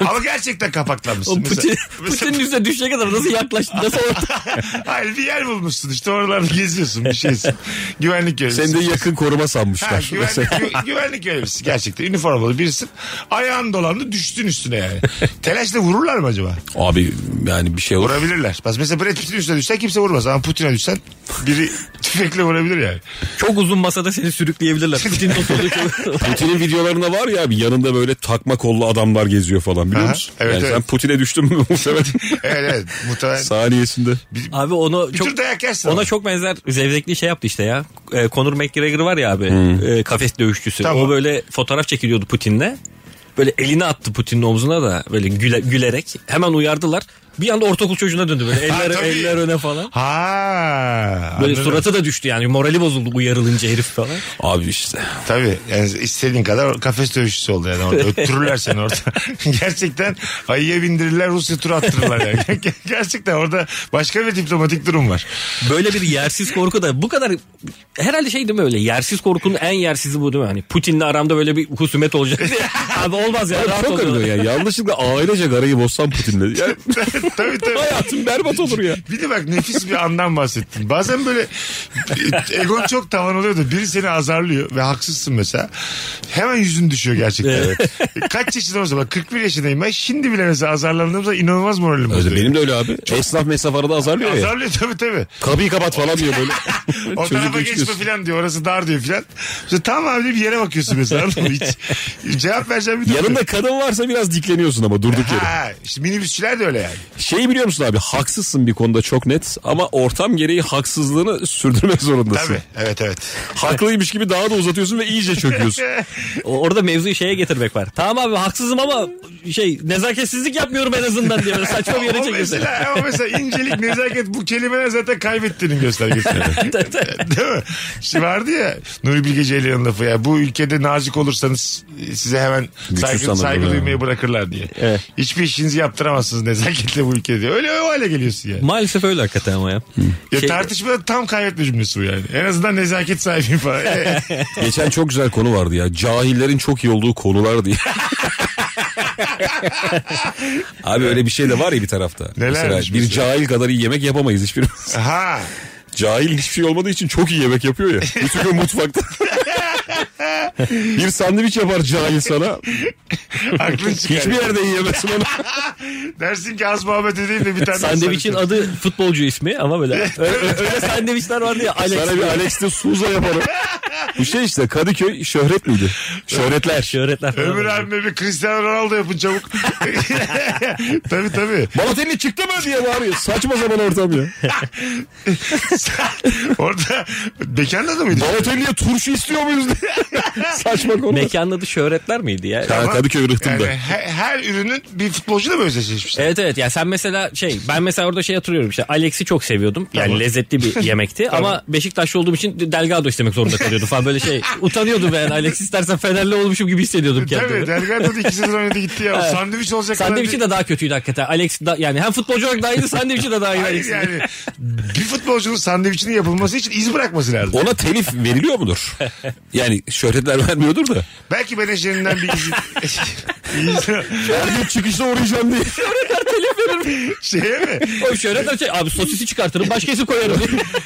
Speaker 3: Ama gerçekten kapaklanmışsın.
Speaker 4: Oğlum Putin,
Speaker 3: Mesela-
Speaker 4: Putin'in üstüne düşene kadar nasıl yaklaştın? Nasıl orta?
Speaker 3: Hayır bir yer bulmuşsun işte oralarda geziyorsun bir şeysin. güvenlik görevlisi.
Speaker 5: Seni de yakın koruma
Speaker 3: Ha,
Speaker 5: sanmışlar.
Speaker 3: güvenlik, gü- güvenlik görevlisi gerçekten üniformalı birisin. Ayağın dolandı düştün üstüne yani. Telaşla vururlar mı acaba?
Speaker 5: Abi yani bir şey olur.
Speaker 3: Vurabilirler. Bak mesela Brad Pitt'in üstüne düşsen kimse vurmaz ama Putin'e düşsen biri tüfekle vurabilir yani.
Speaker 4: Çok uzun masada seni sürükleyebilirler. Putin'in oturduğu
Speaker 5: Putin'in videolarında var ya abi yanında böyle takma kollu adamlar geziyor falan biliyor
Speaker 3: Aha,
Speaker 5: musun?
Speaker 3: evet,
Speaker 5: yani sen
Speaker 3: evet.
Speaker 5: Putin'e düştün mü muhtemelen
Speaker 3: Evet evet muhtemelen.
Speaker 5: saniyesinde.
Speaker 4: Abi onu
Speaker 3: Bir
Speaker 4: çok
Speaker 3: tür dayak yersin ama.
Speaker 4: ona çok benzer zevzekli şey yaptı işte ya. E, Conor McGregor var ya abi. e, kafes dövüşçüsü.
Speaker 3: Tamam.
Speaker 4: O böyle fotoğraf çekiliyordu Putin'le. Böyle elini attı Putin'in omzuna da böyle güle- gülerek. Hemen uyardılar. Bir anda ortaokul çocuğuna döndü böyle. Eller,
Speaker 3: tabii.
Speaker 4: eller öne falan.
Speaker 3: Ha.
Speaker 4: Böyle
Speaker 3: anladım.
Speaker 4: suratı da düştü yani morali bozuldu uyarılınca herif falan.
Speaker 5: Abi işte.
Speaker 3: Tabii yani istediğin kadar kafes dövüşçüsü oldu yani orada. Öttürürler seni orada. Gerçekten ayıya bindirirler Rusya turu attırırlar yani. Gerçekten orada başka bir diplomatik durum var.
Speaker 4: Böyle bir yersiz korku da bu kadar herhalde şey değil mi öyle yersiz korkunun en yersizi bu değil mi? Hani Putin'le aramda böyle bir husumet olacak. Abi olmaz ya rahat
Speaker 5: Çok
Speaker 4: ol.
Speaker 5: arıyor ya. Yanlışlıkla ailecek arayı bozsan Putin'le. Ya,
Speaker 3: tabii tabii.
Speaker 5: hayatım berbat olur ya.
Speaker 3: Bir de bak nefis bir andan bahsettin. Bazen böyle egon çok tavan oluyor da biri seni azarlıyor ve haksızsın mesela. Hemen yüzün düşüyor gerçekten. E, Kaç yaşında olsa bak 41 yaşındayım ben şimdi bile mesela azarlandığımda inanılmaz moralim
Speaker 5: Öyle
Speaker 3: bozuyor.
Speaker 5: benim de öyle abi. Esnaf mesaf arada azarlıyor ya.
Speaker 3: Azarlıyor tabii tabii.
Speaker 5: Kapıyı kapat falan diyor böyle.
Speaker 3: O tarafa
Speaker 5: Çocuk
Speaker 3: geçme
Speaker 5: geçiyorsun.
Speaker 3: falan diyor. Orası dar diyor falan. İşte tamam abi diye bir yere bakıyorsun mesela. anladın mı? Hiç, cevap vereceğim bir de.
Speaker 5: Yanında kadın varsa biraz dikleniyorsun ama durduk yere.
Speaker 3: Ha, işte minibüsçüler de öyle yani.
Speaker 5: Şeyi biliyor musun abi haksızsın bir konuda çok net ama ortam gereği haksızlığını sürdürmek zorundasın.
Speaker 3: Tabii. Evet evet.
Speaker 5: Haklıymış gibi daha da uzatıyorsun ve iyice çöküyorsun.
Speaker 4: O- Orada mevzuyu şeye getirmek var. Tamam abi haksızım ama şey nezaketsizlik yapmıyorum en azından diye böyle saçma bir yere
Speaker 3: o
Speaker 4: çekiyorsun.
Speaker 3: mesela, o mesela incelik, nezaket bu kelimeler zaten kaybettiğinin göstergesi. Değil mi? Şimdi vardı ya Nuri Bilge Ceylan'ın lafı ya. Bu ülkede nazik olursanız e, size hemen saygı,
Speaker 5: sanırım
Speaker 3: saygı
Speaker 5: ya.
Speaker 3: duymaya bırakırlar diye.
Speaker 4: Evet.
Speaker 3: Hiçbir işinizi yaptıramazsınız nezaketle bu ülkede. Öyle o hale geliyorsun yani.
Speaker 4: Maalesef öyle hakikaten ama ya.
Speaker 3: Ya
Speaker 4: Şey-
Speaker 3: tartışmada tam kaybetme cümlesi bu yani. En azından nezaket sahibiyim falan. E,
Speaker 5: Geçen çok güzel konu vardı ya. Cahillerin çok iyi olduğu konular diye. Abi öyle bir şey de var ya bir tarafta. mesela
Speaker 3: Nelermiş
Speaker 5: bir
Speaker 3: mesela?
Speaker 5: cahil kadar iyi yemek yapamayız hiçbirimiz.
Speaker 3: ha.
Speaker 5: Cahil hiçbir şey olmadığı için çok iyi yemek yapıyor ya. Bütün gün mutfakta. bir sandviç yapar cahil sana.
Speaker 3: Aklın çıkar.
Speaker 5: Hiçbir yerde yiyemezsin onu.
Speaker 3: Dersin ki az muhabbet edeyim de bir tane.
Speaker 4: Sandviçin
Speaker 3: sarı-
Speaker 4: adı futbolcu ismi ama böyle ö- ö- öyle sandviçler vardı ya Alex.
Speaker 5: Sana bir Alex de Suza yaparım. Bu şey işte Kadıköy şöhret miydi? Şöhretler.
Speaker 4: Şöhretler falan.
Speaker 3: Ömür abime bir Cristiano Ronaldo yapın çabuk. tabii tabii.
Speaker 5: Balotelli çıktı mı diye bağırıyor. Saçma zaman ortam ya.
Speaker 3: Orada mekanda da mıydı?
Speaker 5: Balotelli'ye turşu istiyor muyuz diye. Saçma konu.
Speaker 4: Mekanın adı şöhretler miydi ya?
Speaker 5: Ha, Kadıköy rıhtımda.
Speaker 3: Yani her, her ürünün bir futbolcu da mı özdeşleşmişler?
Speaker 4: Evet evet ya sen mesela şey ben mesela orada şey hatırlıyorum işte Alex'i çok seviyordum. Yani lezzetli bir yemekti ama Beşiktaşlı olduğum için Delgado istemek zorunda kalıyordum falan böyle şey utanıyordum ben Alex istersen Fenerli olmuşum gibi hissediyordum
Speaker 3: Tabii
Speaker 4: kendimi.
Speaker 3: Delgado da iki sezon oynadı gitti ya. O Sandviç olacak. kadar
Speaker 4: Sandviçi
Speaker 3: değil.
Speaker 4: de daha kötüydü hakikaten. Alex da, yani hem futbolcu olarak daha iyiydi sandviçi de daha iyi
Speaker 3: Hayır
Speaker 4: Alex'in.
Speaker 3: yani bir futbolcunun sandviçinin yapılması için iz bırakması lazım.
Speaker 5: Ona telif veriliyor mudur? Yani şöhretler vermiyordur da.
Speaker 3: Belki menajerinden bir iz... iz-
Speaker 5: Her gün çıkışta uğrayacağım diye.
Speaker 4: telif veririm.
Speaker 3: Şeye mi?
Speaker 4: Oğlum şöyle de şey, abi sosisi çıkartırım başka isim koyarım.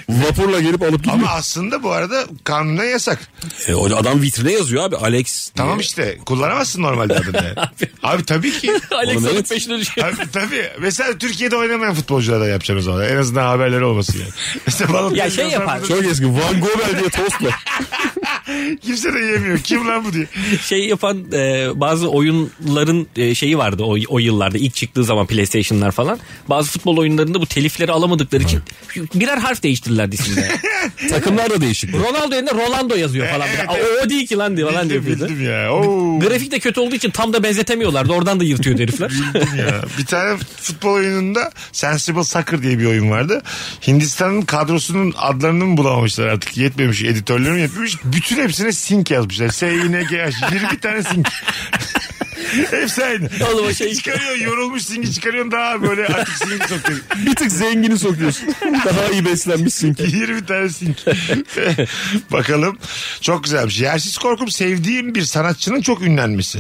Speaker 5: Vapurla gelip alıp gidiyor.
Speaker 3: Ama aslında bu arada kanuna yasak.
Speaker 5: E, o adam vitrine yazıyor abi Alex. diye.
Speaker 3: Tamam işte kullanamazsın normalde adını. abi tabii ki.
Speaker 4: Alexa'nın
Speaker 5: Oğlum evet.
Speaker 4: peşine düşüyor.
Speaker 3: Abi, tabii. Mesela Türkiye'de oynamayan futbolcular da yapacağım o zaman. En azından haberleri olmasın yani. Mesela Balotelli
Speaker 4: Ya şey
Speaker 3: olsa
Speaker 4: yapar.
Speaker 3: bunu
Speaker 5: Çok eski Van Gogh diye tostla.
Speaker 3: Kimse de yemiyor. Kim lan bu diye.
Speaker 4: şey yapan e, bazı oyunların e, şeyi vardı o, o yıllarda ilk çıktığı zaman PlayStation'lar falan. Bazı futbol oyunlarında bu telifleri alamadıkları için birer harf değiştirirlerdi isimleri.
Speaker 5: Takımlar da değişik.
Speaker 4: Ronaldo yerine Rolando yazıyor falan.
Speaker 3: Evet,
Speaker 4: O, o değil ki lan diye falan
Speaker 3: Bildim,
Speaker 4: yapıyordu.
Speaker 3: bildim ya. Oo.
Speaker 4: Grafik de kötü olduğu için tam da benzetemiyorlardı. Oradan da yırtıyordu herifler.
Speaker 3: ya. Bir tane futbol oyununda Sensible Soccer diye bir oyun vardı. Hindistan'ın kadrosunun adlarını mı bulamamışlar artık? Yetmemiş. Editörleri mi yetmemiş? Bütün hepsine sink yazmışlar. S-I-N-G-H. 20 tane sink. Hepsi aynı.
Speaker 4: Oğlum o şey-
Speaker 3: Çıkarıyor yorulmuş sinki çıkarıyorsun daha böyle artık sinki sokuyor.
Speaker 5: Bir tık zengini sokuyorsun. Daha iyi beslenmişsin ki.
Speaker 3: 20 tane sink. Bakalım. Çok güzelmiş. Yersiz korkum sevdiğim bir sanatçının çok ünlenmesi.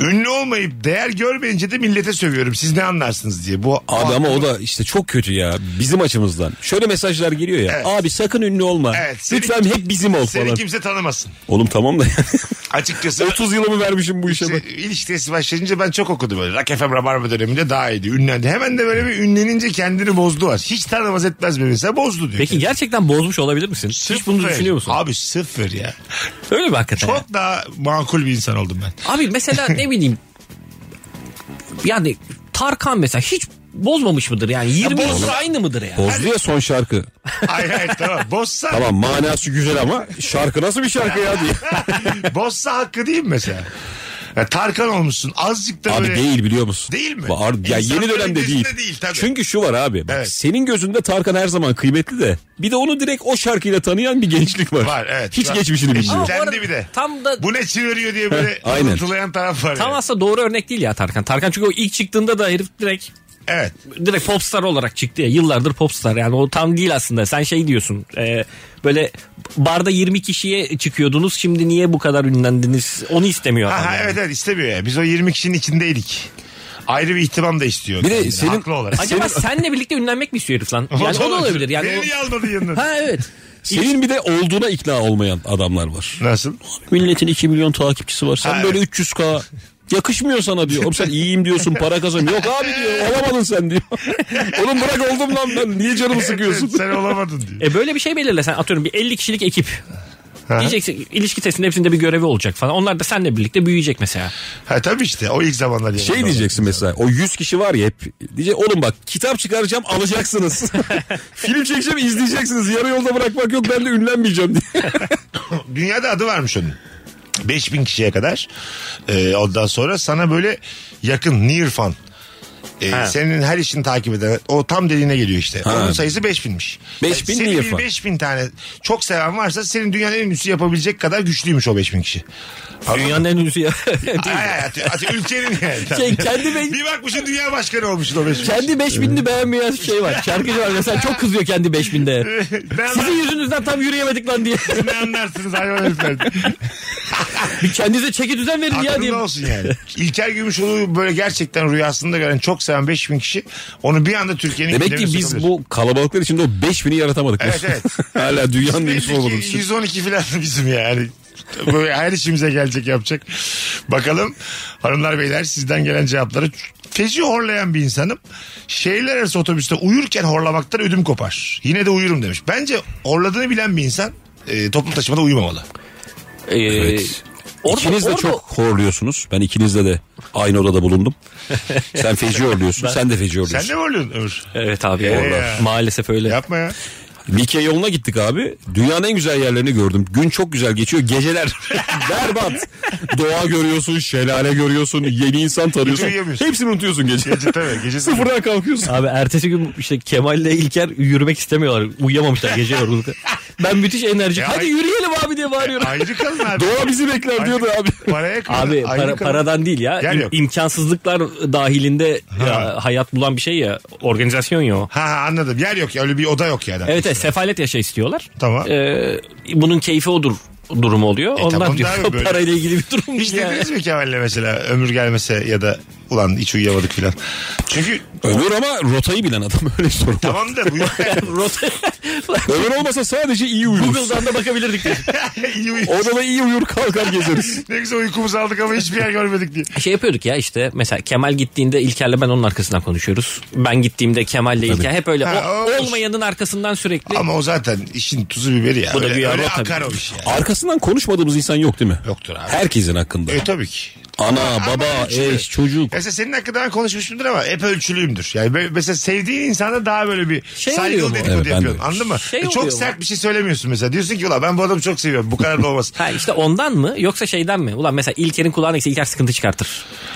Speaker 3: Ünlü olmayıp değer görmeyince de millete sövüyorum. Siz ne anlarsınız diye. Bu
Speaker 5: Abi ama o da işte çok kötü ya bizim açımızdan. Şöyle mesajlar geliyor ya.
Speaker 3: Evet.
Speaker 5: Abi sakın ünlü olma.
Speaker 3: Evet, seni-
Speaker 5: Lütfen hep bizim ol
Speaker 3: Seni
Speaker 5: falan.
Speaker 3: kimse tanımasın.
Speaker 5: Oğlum tamam da yani.
Speaker 3: Açıkçası
Speaker 5: 30 yılımı vermişim bu işe
Speaker 3: se-
Speaker 5: ben.
Speaker 3: ilişkisi başlayınca ben çok okudum böyle. Rock FM Rabarba döneminde daha iyiydi. Ünlendi. Hemen de böyle bir ünlenince kendini bozdu var. Hiç tanımaz etmez beni mesela bozdu diyor.
Speaker 4: Peki gerçekten bozmuş olabilir misin? Hiç bunu
Speaker 3: Sıfır.
Speaker 4: düşünüyor musun?
Speaker 3: Abi sıfır ya.
Speaker 4: Öyle mi hakikaten? ya?
Speaker 3: Çok daha makul bir insan oldum ben.
Speaker 4: Abi mesela ne bileyim yani Tarkan mesela hiç bozmamış mıdır yani 20 yıldır
Speaker 3: bozsa-
Speaker 4: aynı mıdır yani?
Speaker 5: Bozdu ya son şarkı.
Speaker 3: Hayır hayır tamam. Bozsa,
Speaker 5: Tamam manası güzel ama şarkı nasıl bir şarkı ya diye.
Speaker 3: bozsa hakkı değil mi mesela? Ya Tarkan olmuşsun. Azıcık da
Speaker 5: Abi
Speaker 3: böyle.
Speaker 5: değil biliyor musun?
Speaker 3: Değil mi?
Speaker 5: Var- ya
Speaker 3: İnsanların
Speaker 5: yeni dönemde
Speaker 3: gözünde
Speaker 5: değil.
Speaker 3: değil, tabii.
Speaker 5: Çünkü şu var abi. bak,
Speaker 3: Evet.
Speaker 5: Senin gözünde Tarkan her zaman kıymetli de. Bir de onu direkt o şarkıyla tanıyan bir gençlik var.
Speaker 3: Var, evet.
Speaker 5: Hiç
Speaker 3: Var.
Speaker 5: geçmişini bilmiyor.
Speaker 3: Ama- Kendi bir de.
Speaker 4: Tam da
Speaker 3: Bu ne çığırıyor diye böyle
Speaker 5: Heh, aynen.
Speaker 3: unutulayan taraf var.
Speaker 4: tam
Speaker 3: yani.
Speaker 4: aslında doğru örnek değil ya Tarkan. Tarkan çünkü o ilk çıktığında da herif direkt
Speaker 3: Evet.
Speaker 4: direkt popstar olarak çıktı ya. Yıllardır popstar yani o tam değil aslında. Sen şey diyorsun e, böyle barda 20 kişiye çıkıyordunuz şimdi niye bu kadar ünlendiniz onu istemiyor
Speaker 3: Ha,
Speaker 4: adam.
Speaker 3: ha,
Speaker 4: yani.
Speaker 3: evet evet istemiyor ya. Biz o 20 kişinin içindeydik. Ayrı bir ihtimam da istiyor.
Speaker 5: Bir de
Speaker 3: kendine,
Speaker 5: senin-
Speaker 3: Haklı olarak.
Speaker 4: Acaba senle birlikte ünlenmek mi istiyor herif lan? Yani o da olabilir yani.
Speaker 3: Beni niye almadın yanına?
Speaker 4: Ha evet.
Speaker 5: Senin bir de olduğuna ikna olmayan adamlar var.
Speaker 3: Nasıl?
Speaker 5: Milletin 2 milyon takipçisi var. Sen
Speaker 3: Ha,
Speaker 5: böyle 300k yakışmıyor sana diyor. Oğlum sen iyiyim diyorsun para kazan. Yok abi diyor olamadın sen diyor. Oğlum bırak oldum lan ben. Niye canımı sıkıyorsun?
Speaker 3: Sen olamadın diyor.
Speaker 4: E böyle bir şey belirlesen atıyorum bir 50 kişilik ekip.
Speaker 3: Ha.
Speaker 4: Diyeceksin ilişki testinde hepsinde bir görevi olacak falan. Onlar da seninle birlikte büyüyecek mesela.
Speaker 3: Ha tabii işte o ilk zamanlar. yanında
Speaker 5: Şey
Speaker 3: olan
Speaker 5: diyeceksin
Speaker 3: insan.
Speaker 5: mesela o 100 kişi var ya hep diyecek oğlum bak kitap çıkaracağım alacaksınız. Film çekeceğim izleyeceksiniz. Yarı yolda bırakmak yok ben de ünlenmeyeceğim diye.
Speaker 3: Dünyada adı varmış onun. 5000 kişiye kadar. Ee, ondan sonra sana böyle yakın near fan. Ee, senin her işini takip eden o tam dediğine geliyor işte.
Speaker 5: Ha.
Speaker 3: Onun sayısı 5000'miş.
Speaker 5: 5000
Speaker 3: Senin
Speaker 5: near
Speaker 3: bir
Speaker 5: fan.
Speaker 3: 5000 tane çok seven varsa senin dünyanın en ünlüsü yapabilecek kadar güçlüymüş o 5000 kişi. Anladın mı?
Speaker 4: Dünyanın en ünlüsü ya.
Speaker 3: Ay, ay, ay, at- at- ülkenin yani.
Speaker 4: Şey, kendi be-
Speaker 3: bir bakmışsın dünya başkanı olmuşsun o 5000.
Speaker 4: kendi 5000'ini beğenmeyen şey var. Şarkıcı var mesela çok kızıyor kendi 5000'de.
Speaker 3: ne,
Speaker 4: Sizin
Speaker 3: anlar,
Speaker 4: yüzünüzden tam yürüyemedik lan diye.
Speaker 3: ne anlarsınız hayvan herifler.
Speaker 4: Bir kendinize çeki düzen verin ya diye.
Speaker 3: Aklında olsun yani. İlker Gümüşoğlu'yu böyle gerçekten rüyasında gören çok seven 5000 kişi onu bir anda Türkiye'nin
Speaker 5: Demek ki
Speaker 3: gündemine
Speaker 5: biz
Speaker 3: sokabilir.
Speaker 5: bu kalabalıklar içinde o 5000'i yaratamadık.
Speaker 3: Evet, evet.
Speaker 5: Hala dünyanın en iyisi
Speaker 3: Belli
Speaker 5: olmadığımız
Speaker 3: ki
Speaker 5: için.
Speaker 3: 112 falan bizim yani. Böyle her işimize gelecek yapacak. Bakalım hanımlar beyler sizden gelen cevapları. Feci horlayan bir insanım. Şehirler arası otobüste uyurken horlamaktan ödüm kopar. Yine de uyurum demiş. Bence horladığını bilen bir insan e, toplu taşımada uyumamalı.
Speaker 4: Ee,
Speaker 5: Evet.
Speaker 4: orada-
Speaker 5: ikiniz de
Speaker 4: orada-
Speaker 5: çok horluyorsunuz. Ben ikinizle de aynı odada bulundum. Sen feci horluyorsun. Sen de feci
Speaker 3: Sen de
Speaker 5: horluyorsun.
Speaker 3: mi horluyorsun Ömür?
Speaker 4: Evet abi.
Speaker 3: Ee.
Speaker 4: Maalesef öyle.
Speaker 3: Yapma ya.
Speaker 5: Likya yoluna gittik abi. Dünyanın en güzel yerlerini gördüm. Gün çok güzel geçiyor. Geceler berbat. Doğa görüyorsun, şelale görüyorsun, yeni insan tanıyorsun.
Speaker 3: Gece uyuyamıyorsun.
Speaker 5: Hepsini unutuyorsun gece.
Speaker 3: Gece tabii. Gece
Speaker 5: Sıfırdan kalkıyorsun.
Speaker 4: Abi ertesi gün işte Kemal ile İlker yürümek istemiyorlar. Uyuyamamışlar gece yorgunlukta. Ben müthiş enerji.
Speaker 3: Ya
Speaker 4: Hadi
Speaker 3: ay-
Speaker 4: yürüyelim abi diye bağırıyorum.
Speaker 3: Ayrı kalın abi.
Speaker 5: Doğa bizi bekler diyordu abi.
Speaker 3: Paraya kalın.
Speaker 4: Abi
Speaker 3: ayrı
Speaker 4: para,
Speaker 3: kalın.
Speaker 4: paradan değil ya.
Speaker 3: Yer
Speaker 4: İm-
Speaker 3: yok.
Speaker 4: imkansızlıklar dahilinde
Speaker 3: Ha.
Speaker 4: ya, hayat bulan bir şey ya. Organizasyon ya o.
Speaker 3: Ha, ha anladım. Yer yok ya. Öyle bir oda yok yani.
Speaker 4: Evet evet sefalet yaşa istiyorlar.
Speaker 3: Tamam.
Speaker 4: Ee, bunun keyfi odur durum oluyor. Ondan
Speaker 3: tamam da
Speaker 4: diyor
Speaker 3: abi böyle.
Speaker 4: parayla ilgili bir durum
Speaker 3: Hiç
Speaker 4: değil yani.
Speaker 3: dediniz mi Kemal'le mesela ömür gelmese ya da ulan hiç uyuyamadık filan. Çünkü
Speaker 5: Ömür ama rotayı bilen adam öyle sorun. var.
Speaker 3: tamam da bu
Speaker 4: Rota-
Speaker 5: Ömür olmasa sadece iyi uyuruz.
Speaker 4: Google'dan da bakabilirdik.
Speaker 3: iyi uyu-
Speaker 5: Orada da iyi uyur kalkar gezeriz.
Speaker 3: ne güzel uykumuzu aldık ama hiçbir yer görmedik diye.
Speaker 4: şey yapıyorduk ya işte mesela Kemal gittiğinde İlker'le ben onun arkasından konuşuyoruz. Ben gittiğimde Kemal'le İlker hep öyle
Speaker 3: Ha,
Speaker 4: o-
Speaker 3: olsun.
Speaker 4: olmayanın arkasından sürekli.
Speaker 3: Ama o zaten işin tuzu biberi ya.
Speaker 4: Bu da
Speaker 3: öyle,
Speaker 4: güya
Speaker 3: öyle
Speaker 4: rota
Speaker 3: akar o iş yani.
Speaker 5: Arkasından konuşmadığımız insan yok değil mi?
Speaker 3: Yoktur abi.
Speaker 5: Herkesin hakkında.
Speaker 3: E tabii ki.
Speaker 5: Ana, baba,
Speaker 3: ölçülü.
Speaker 5: eş, çocuk.
Speaker 3: Mesela senin hakkında ben konuşmuşumdur ama hep ölçülüyümdür. Yani ben- mesela sevdiğin insana daha böyle bir
Speaker 4: Şey oluyor
Speaker 3: saygılı
Speaker 4: mu?
Speaker 3: dedikodu
Speaker 5: Evet, ben de
Speaker 3: yapıyorsun.
Speaker 5: öyle.
Speaker 3: Anladın mı?
Speaker 4: Şey
Speaker 3: E,
Speaker 4: oluyor
Speaker 3: çok
Speaker 4: mu?
Speaker 3: sert bir şey söylemiyorsun mesela. Diyorsun ki ulan ben bu adamı çok seviyorum. Bu kadar da olmaz.
Speaker 4: Ha işte ondan mı yoksa şeyden mi? Ulan mesela İlker'in kulağına gitse İlker sıkıntı çıkartır.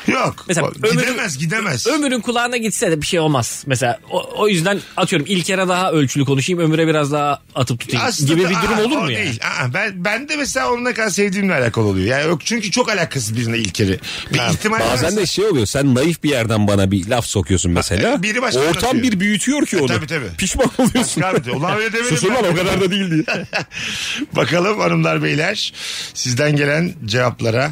Speaker 3: Yok.
Speaker 4: Mesela
Speaker 3: Bak, gidemez gidemez.
Speaker 4: Ömür'ün kulağına gitse de bir şey olmaz. Mesela o, o yüzden atıyorum İlker'e daha ölçülü konuşayım Ömür'e biraz daha atıp tutayım
Speaker 3: Aslında-
Speaker 4: E, gibi bir durum
Speaker 3: Aa,
Speaker 4: olur
Speaker 3: o
Speaker 4: mu yani?
Speaker 3: Değil. Aa, ben, ben de mesela onunla kadar sevdiğimle alakalı oluyor. Yani yok çünkü çok alakasız birine ilkeri. Bir ihtimal
Speaker 5: Bazen
Speaker 3: varsa-
Speaker 5: de şey oluyor sen naif bir yerden bana bir laf sokuyorsun mesela.
Speaker 3: e, biri başka
Speaker 5: Ortam
Speaker 3: anlatıyor.
Speaker 5: bir büyütüyor ki onu.
Speaker 3: E, tabii, tabii.
Speaker 5: Pişman oluyorsun.
Speaker 3: Başka abi diyor. Ulan öyle demedim
Speaker 5: Susun
Speaker 3: ben.
Speaker 5: lan o kadar da değil diye.
Speaker 3: Bakalım hanımlar beyler sizden gelen cevaplara.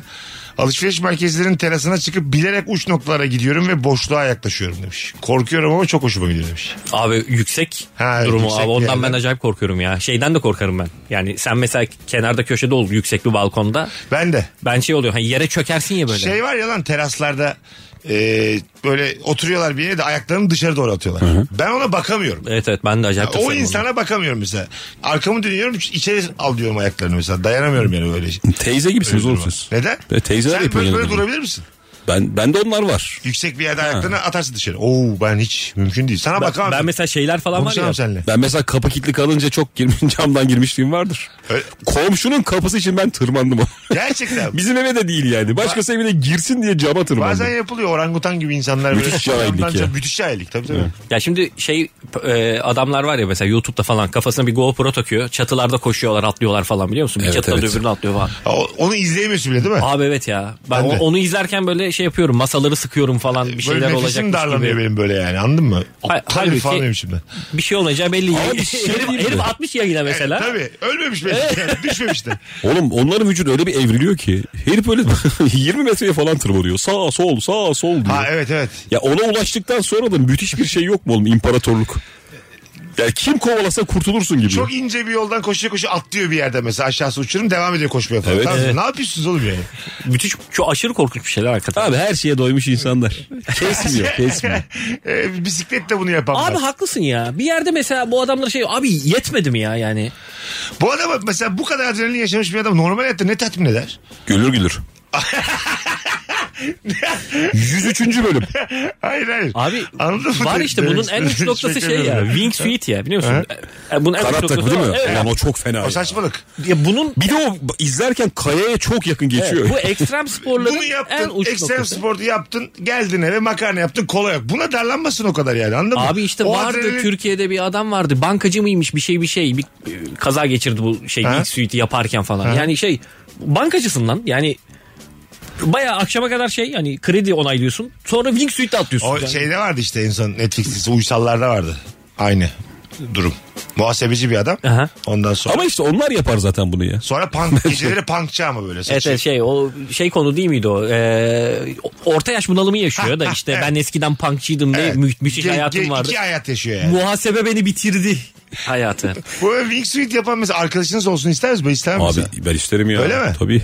Speaker 3: Alışveriş merkezlerinin terasına çıkıp bilerek uç noktalara gidiyorum ve boşluğa yaklaşıyorum demiş. Korkuyorum ama çok hoşuma gidiyor demiş.
Speaker 4: Abi yüksek
Speaker 3: Ha, evet,
Speaker 4: durumu
Speaker 3: yüksek
Speaker 4: abi
Speaker 3: bir
Speaker 4: ondan
Speaker 3: yerden.
Speaker 4: ben acayip korkuyorum ya. Şeyden de korkarım ben. Yani sen mesela kenarda köşede ol yüksek bir balkonda.
Speaker 3: Ben de.
Speaker 4: Ben şey oluyor hani yere çökersin ya böyle.
Speaker 3: Şey var ya lan teraslarda e, böyle oturuyorlar bir yere de ayaklarını dışarı doğru atıyorlar. Ben ona bakamıyorum.
Speaker 4: Evet evet ben de acayip
Speaker 3: O
Speaker 4: tırsarım
Speaker 3: insana bakamıyorum mesela. Arkamı dönüyorum içeri al diyorum ayaklarını mesela. Dayanamıyorum yani böyle. şey
Speaker 5: Teyze gibisiniz oğlum siz.
Speaker 3: Neden?
Speaker 5: E, teyzeler
Speaker 3: Sen
Speaker 5: yapıyor
Speaker 3: böyle,
Speaker 5: yine
Speaker 3: böyle
Speaker 5: bunu.
Speaker 3: durabilir misin?
Speaker 5: Ben, ben de onlar var.
Speaker 3: Yüksek bir yerde ayaklarını atarsın dışarı. Oo ben hiç mümkün değil. Sana
Speaker 4: onu. Ben,
Speaker 3: bakamam.
Speaker 4: ben mesela şeyler falan var ya.
Speaker 3: Konuşamam seninle.
Speaker 5: Ben mesela kapı kilitli kalınca çok girmiş, camdan girmişliğim vardır.
Speaker 3: Öyle-
Speaker 5: Komşunun kapısı için ben tırmandım.
Speaker 3: Gerçekten.
Speaker 5: Bizim eve de değil yani. Başkası evine girsin diye cama tırmandım.
Speaker 3: Bazen yapılıyor orangutan gibi insanlar böyle.
Speaker 5: Müthiş cahillik
Speaker 3: camdan-
Speaker 5: ya.
Speaker 3: Müthiş cahillik tabii tabii.
Speaker 4: Ya şimdi şey e, adamlar var ya mesela YouTube'da falan kafasına bir GoPro takıyor. Çatılarda koşuyorlar atlıyorlar falan biliyor musun? Bir
Speaker 5: Evet,
Speaker 4: çatıdan
Speaker 5: evet.
Speaker 4: öbürüne atlıyor falan.
Speaker 3: O- Onu izleyemiyorsun bile değil mi?
Speaker 4: Abi evet ya. Ben,
Speaker 3: Ben de.
Speaker 4: onu izlerken böyle şey yapıyorum. Masaları sıkıyorum falan bir
Speaker 3: böyle
Speaker 4: şeyler olacak
Speaker 3: nefesim darlanıyor
Speaker 4: gibi.
Speaker 3: benim böyle yani anladın mı?
Speaker 4: Hay-
Speaker 3: Tabii
Speaker 4: halbuki-
Speaker 3: falan diyorum şimdi.
Speaker 4: Bir şey olacağı belli.
Speaker 5: bir şey
Speaker 4: herif,
Speaker 5: değil mi?
Speaker 4: herif 60 yayına mesela.
Speaker 3: Tabii ölmemiş belki. Yani düşmemiş de.
Speaker 5: Oğlum onların vücudu öyle bir evriliyor ki. Herif böyle 20 metreye falan tırmanıyor. Sağ sol sağ sol diyor.
Speaker 3: Ha evet evet.
Speaker 5: Ya ona ulaştıktan sonra da müthiş bir şey yok mu oğlum imparatorluk? Ya kim kovalasa kurtulursun gibi.
Speaker 3: Çok ince bir yoldan koşuyor koşuyor atlıyor bir yerde mesela aşağısı uçurum devam ediyor koşmaya falan.
Speaker 5: Evet.
Speaker 3: Tamam mı?
Speaker 5: Evet.
Speaker 3: Ne yapıyorsunuz oğlum yani?
Speaker 4: Müthiş, çok aşırı korkunç bir şeyler hakikaten.
Speaker 5: Abi her şeye doymuş insanlar. Kesmiyor kesmiyor.
Speaker 3: Ee, bisiklet de bunu yapamaz.
Speaker 4: Abi haklısın ya. Bir yerde mesela bu adamlar şey abi yetmedi mi ya yani?
Speaker 3: Bu adam mesela bu kadar adrenalin yaşamış bir adam normal hayatta ne tatmin eder?
Speaker 5: Gülür gülür. 103. bölüm.
Speaker 3: Hayır hayır.
Speaker 4: Abi
Speaker 3: Anladın mı?
Speaker 4: var işte bunun en uç
Speaker 3: Demek
Speaker 4: noktası şey
Speaker 3: istediğimi?
Speaker 4: ya. Wingsuit ya biliyor musun? E, Bunun en uç
Speaker 5: Kanat
Speaker 4: noktası
Speaker 5: takımı değil mi?
Speaker 4: o. Evet.
Speaker 5: Ulan o çok fena.
Speaker 3: O
Speaker 5: ya.
Speaker 3: saçmalık.
Speaker 4: Ya bunun
Speaker 5: Bir şey. de o izlerken kayaya çok yakın geçiyor.
Speaker 4: bu ekstrem sporların
Speaker 3: Bunu
Speaker 4: en
Speaker 3: yaptın,
Speaker 4: uç
Speaker 3: ekstrem
Speaker 4: noktası.
Speaker 3: sportu yaptın, geldin eve makarna yaptın, kola yok. Buna darlanmasın o kadar yani anladın mı?
Speaker 4: Abi işte
Speaker 3: O
Speaker 4: vardı
Speaker 3: adrenalin-
Speaker 4: Türkiye'de bir adam vardı. Bankacı mıymış bir şey bir şey. Bir e, kaza geçirdi bu şey
Speaker 3: Ha?
Speaker 4: ilk suite'i yaparken falan. Yani şey bankacısın lan. Yani bayağı akşama kadar şey hani kredi onaylıyorsun. Sonra wing suite'e atlıyorsun.
Speaker 3: O şey-
Speaker 4: Yani
Speaker 3: şeyde vardı işte en son Netflix'te uysallarda vardı. Aynı durum. Muhasebeci bir adam.
Speaker 4: Aha.
Speaker 3: Ondan sonra.
Speaker 5: Ama işte onlar yapar zaten bunu ya.
Speaker 3: Sonra punk, geceleri punkçı ama böyle.
Speaker 4: Evet
Speaker 3: saçı.
Speaker 4: evet şey o şey konu değil miydi o? Ee, orta yaş bunalımı yaşıyor da işte ben eskiden punkçıydım ne
Speaker 3: Evet.
Speaker 4: mü- müthiş
Speaker 3: Ge-
Speaker 4: hayatım
Speaker 3: ge-
Speaker 4: vardı.
Speaker 3: İki hayat yaşıyor yani.
Speaker 4: Muhasebe beni bitirdi hayatı.
Speaker 3: Bu wingsuit yapan mesela arkadaşınız olsun ister misiniz? Ben istemem
Speaker 5: Abi
Speaker 3: mesela.
Speaker 5: ben isterim ya.
Speaker 3: Öyle mi?
Speaker 5: Tabii.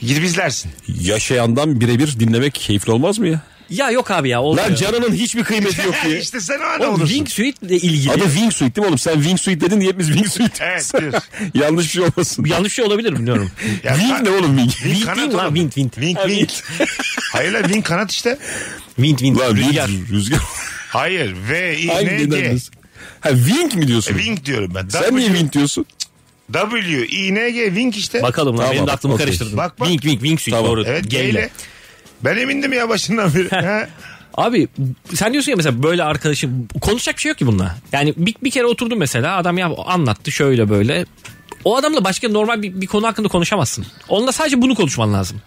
Speaker 3: Gidip izlersin.
Speaker 5: Yaşayandan birebir dinlemek keyifli olmaz mı ya?
Speaker 4: ya yok abi ya olmuyor.
Speaker 5: Lan canının hiçbir kıymeti yok diye.
Speaker 3: işte sen o anda
Speaker 4: Oğlum,
Speaker 3: olursun.
Speaker 4: Wingsuit ile ilgili.
Speaker 5: Adı Wingsuit değil mi oğlum? Sen Wingsuit dedin diye hepimiz Wingsuit
Speaker 3: Evet,
Speaker 5: diyoruz. Yanlış bir şey olmasın.
Speaker 4: Yanlış şey olabilir bilmiyorum.
Speaker 3: Ya
Speaker 5: wing
Speaker 3: kan-
Speaker 5: ne oğlum Wing?
Speaker 3: Wing
Speaker 4: Wind
Speaker 3: kanat
Speaker 4: değil mi lan?
Speaker 3: oğlum.
Speaker 4: Wind wind.
Speaker 3: Wing
Speaker 4: Ha,
Speaker 3: wing. Hayır lan wing kanat işte.
Speaker 4: Wind wind.
Speaker 5: Lan Wing,
Speaker 4: Rüzgar.
Speaker 5: rüzgar.
Speaker 3: Hayır. V, I,
Speaker 5: Hangi
Speaker 3: N, G. E,
Speaker 5: neden diyorsun? Ha Wing mi diyorsun?
Speaker 3: Wing diyorum ben.
Speaker 5: Sen niye Wing diyorsun?
Speaker 3: W, I, N, G. Wing işte.
Speaker 4: Bakalım lan
Speaker 5: Tamam,
Speaker 4: benim de aklımı
Speaker 5: okey.
Speaker 4: karıştırdın.
Speaker 3: Bak, bak.
Speaker 4: Wing wing wingsuit
Speaker 5: Tamam.
Speaker 4: doğru.
Speaker 3: Evet G
Speaker 4: Gelle.
Speaker 3: ile. Ben emindim ya başından beri. Ha.
Speaker 4: Abi sen diyorsun ya mesela böyle arkadaşım konuşacak bir şey yok ki bununla. Yani bir, bir kere oturdum mesela adam ya anlattı şöyle böyle. O adamla başka normal bir, bir konu hakkında konuşamazsın. Onunla sadece bunu konuşman lazım.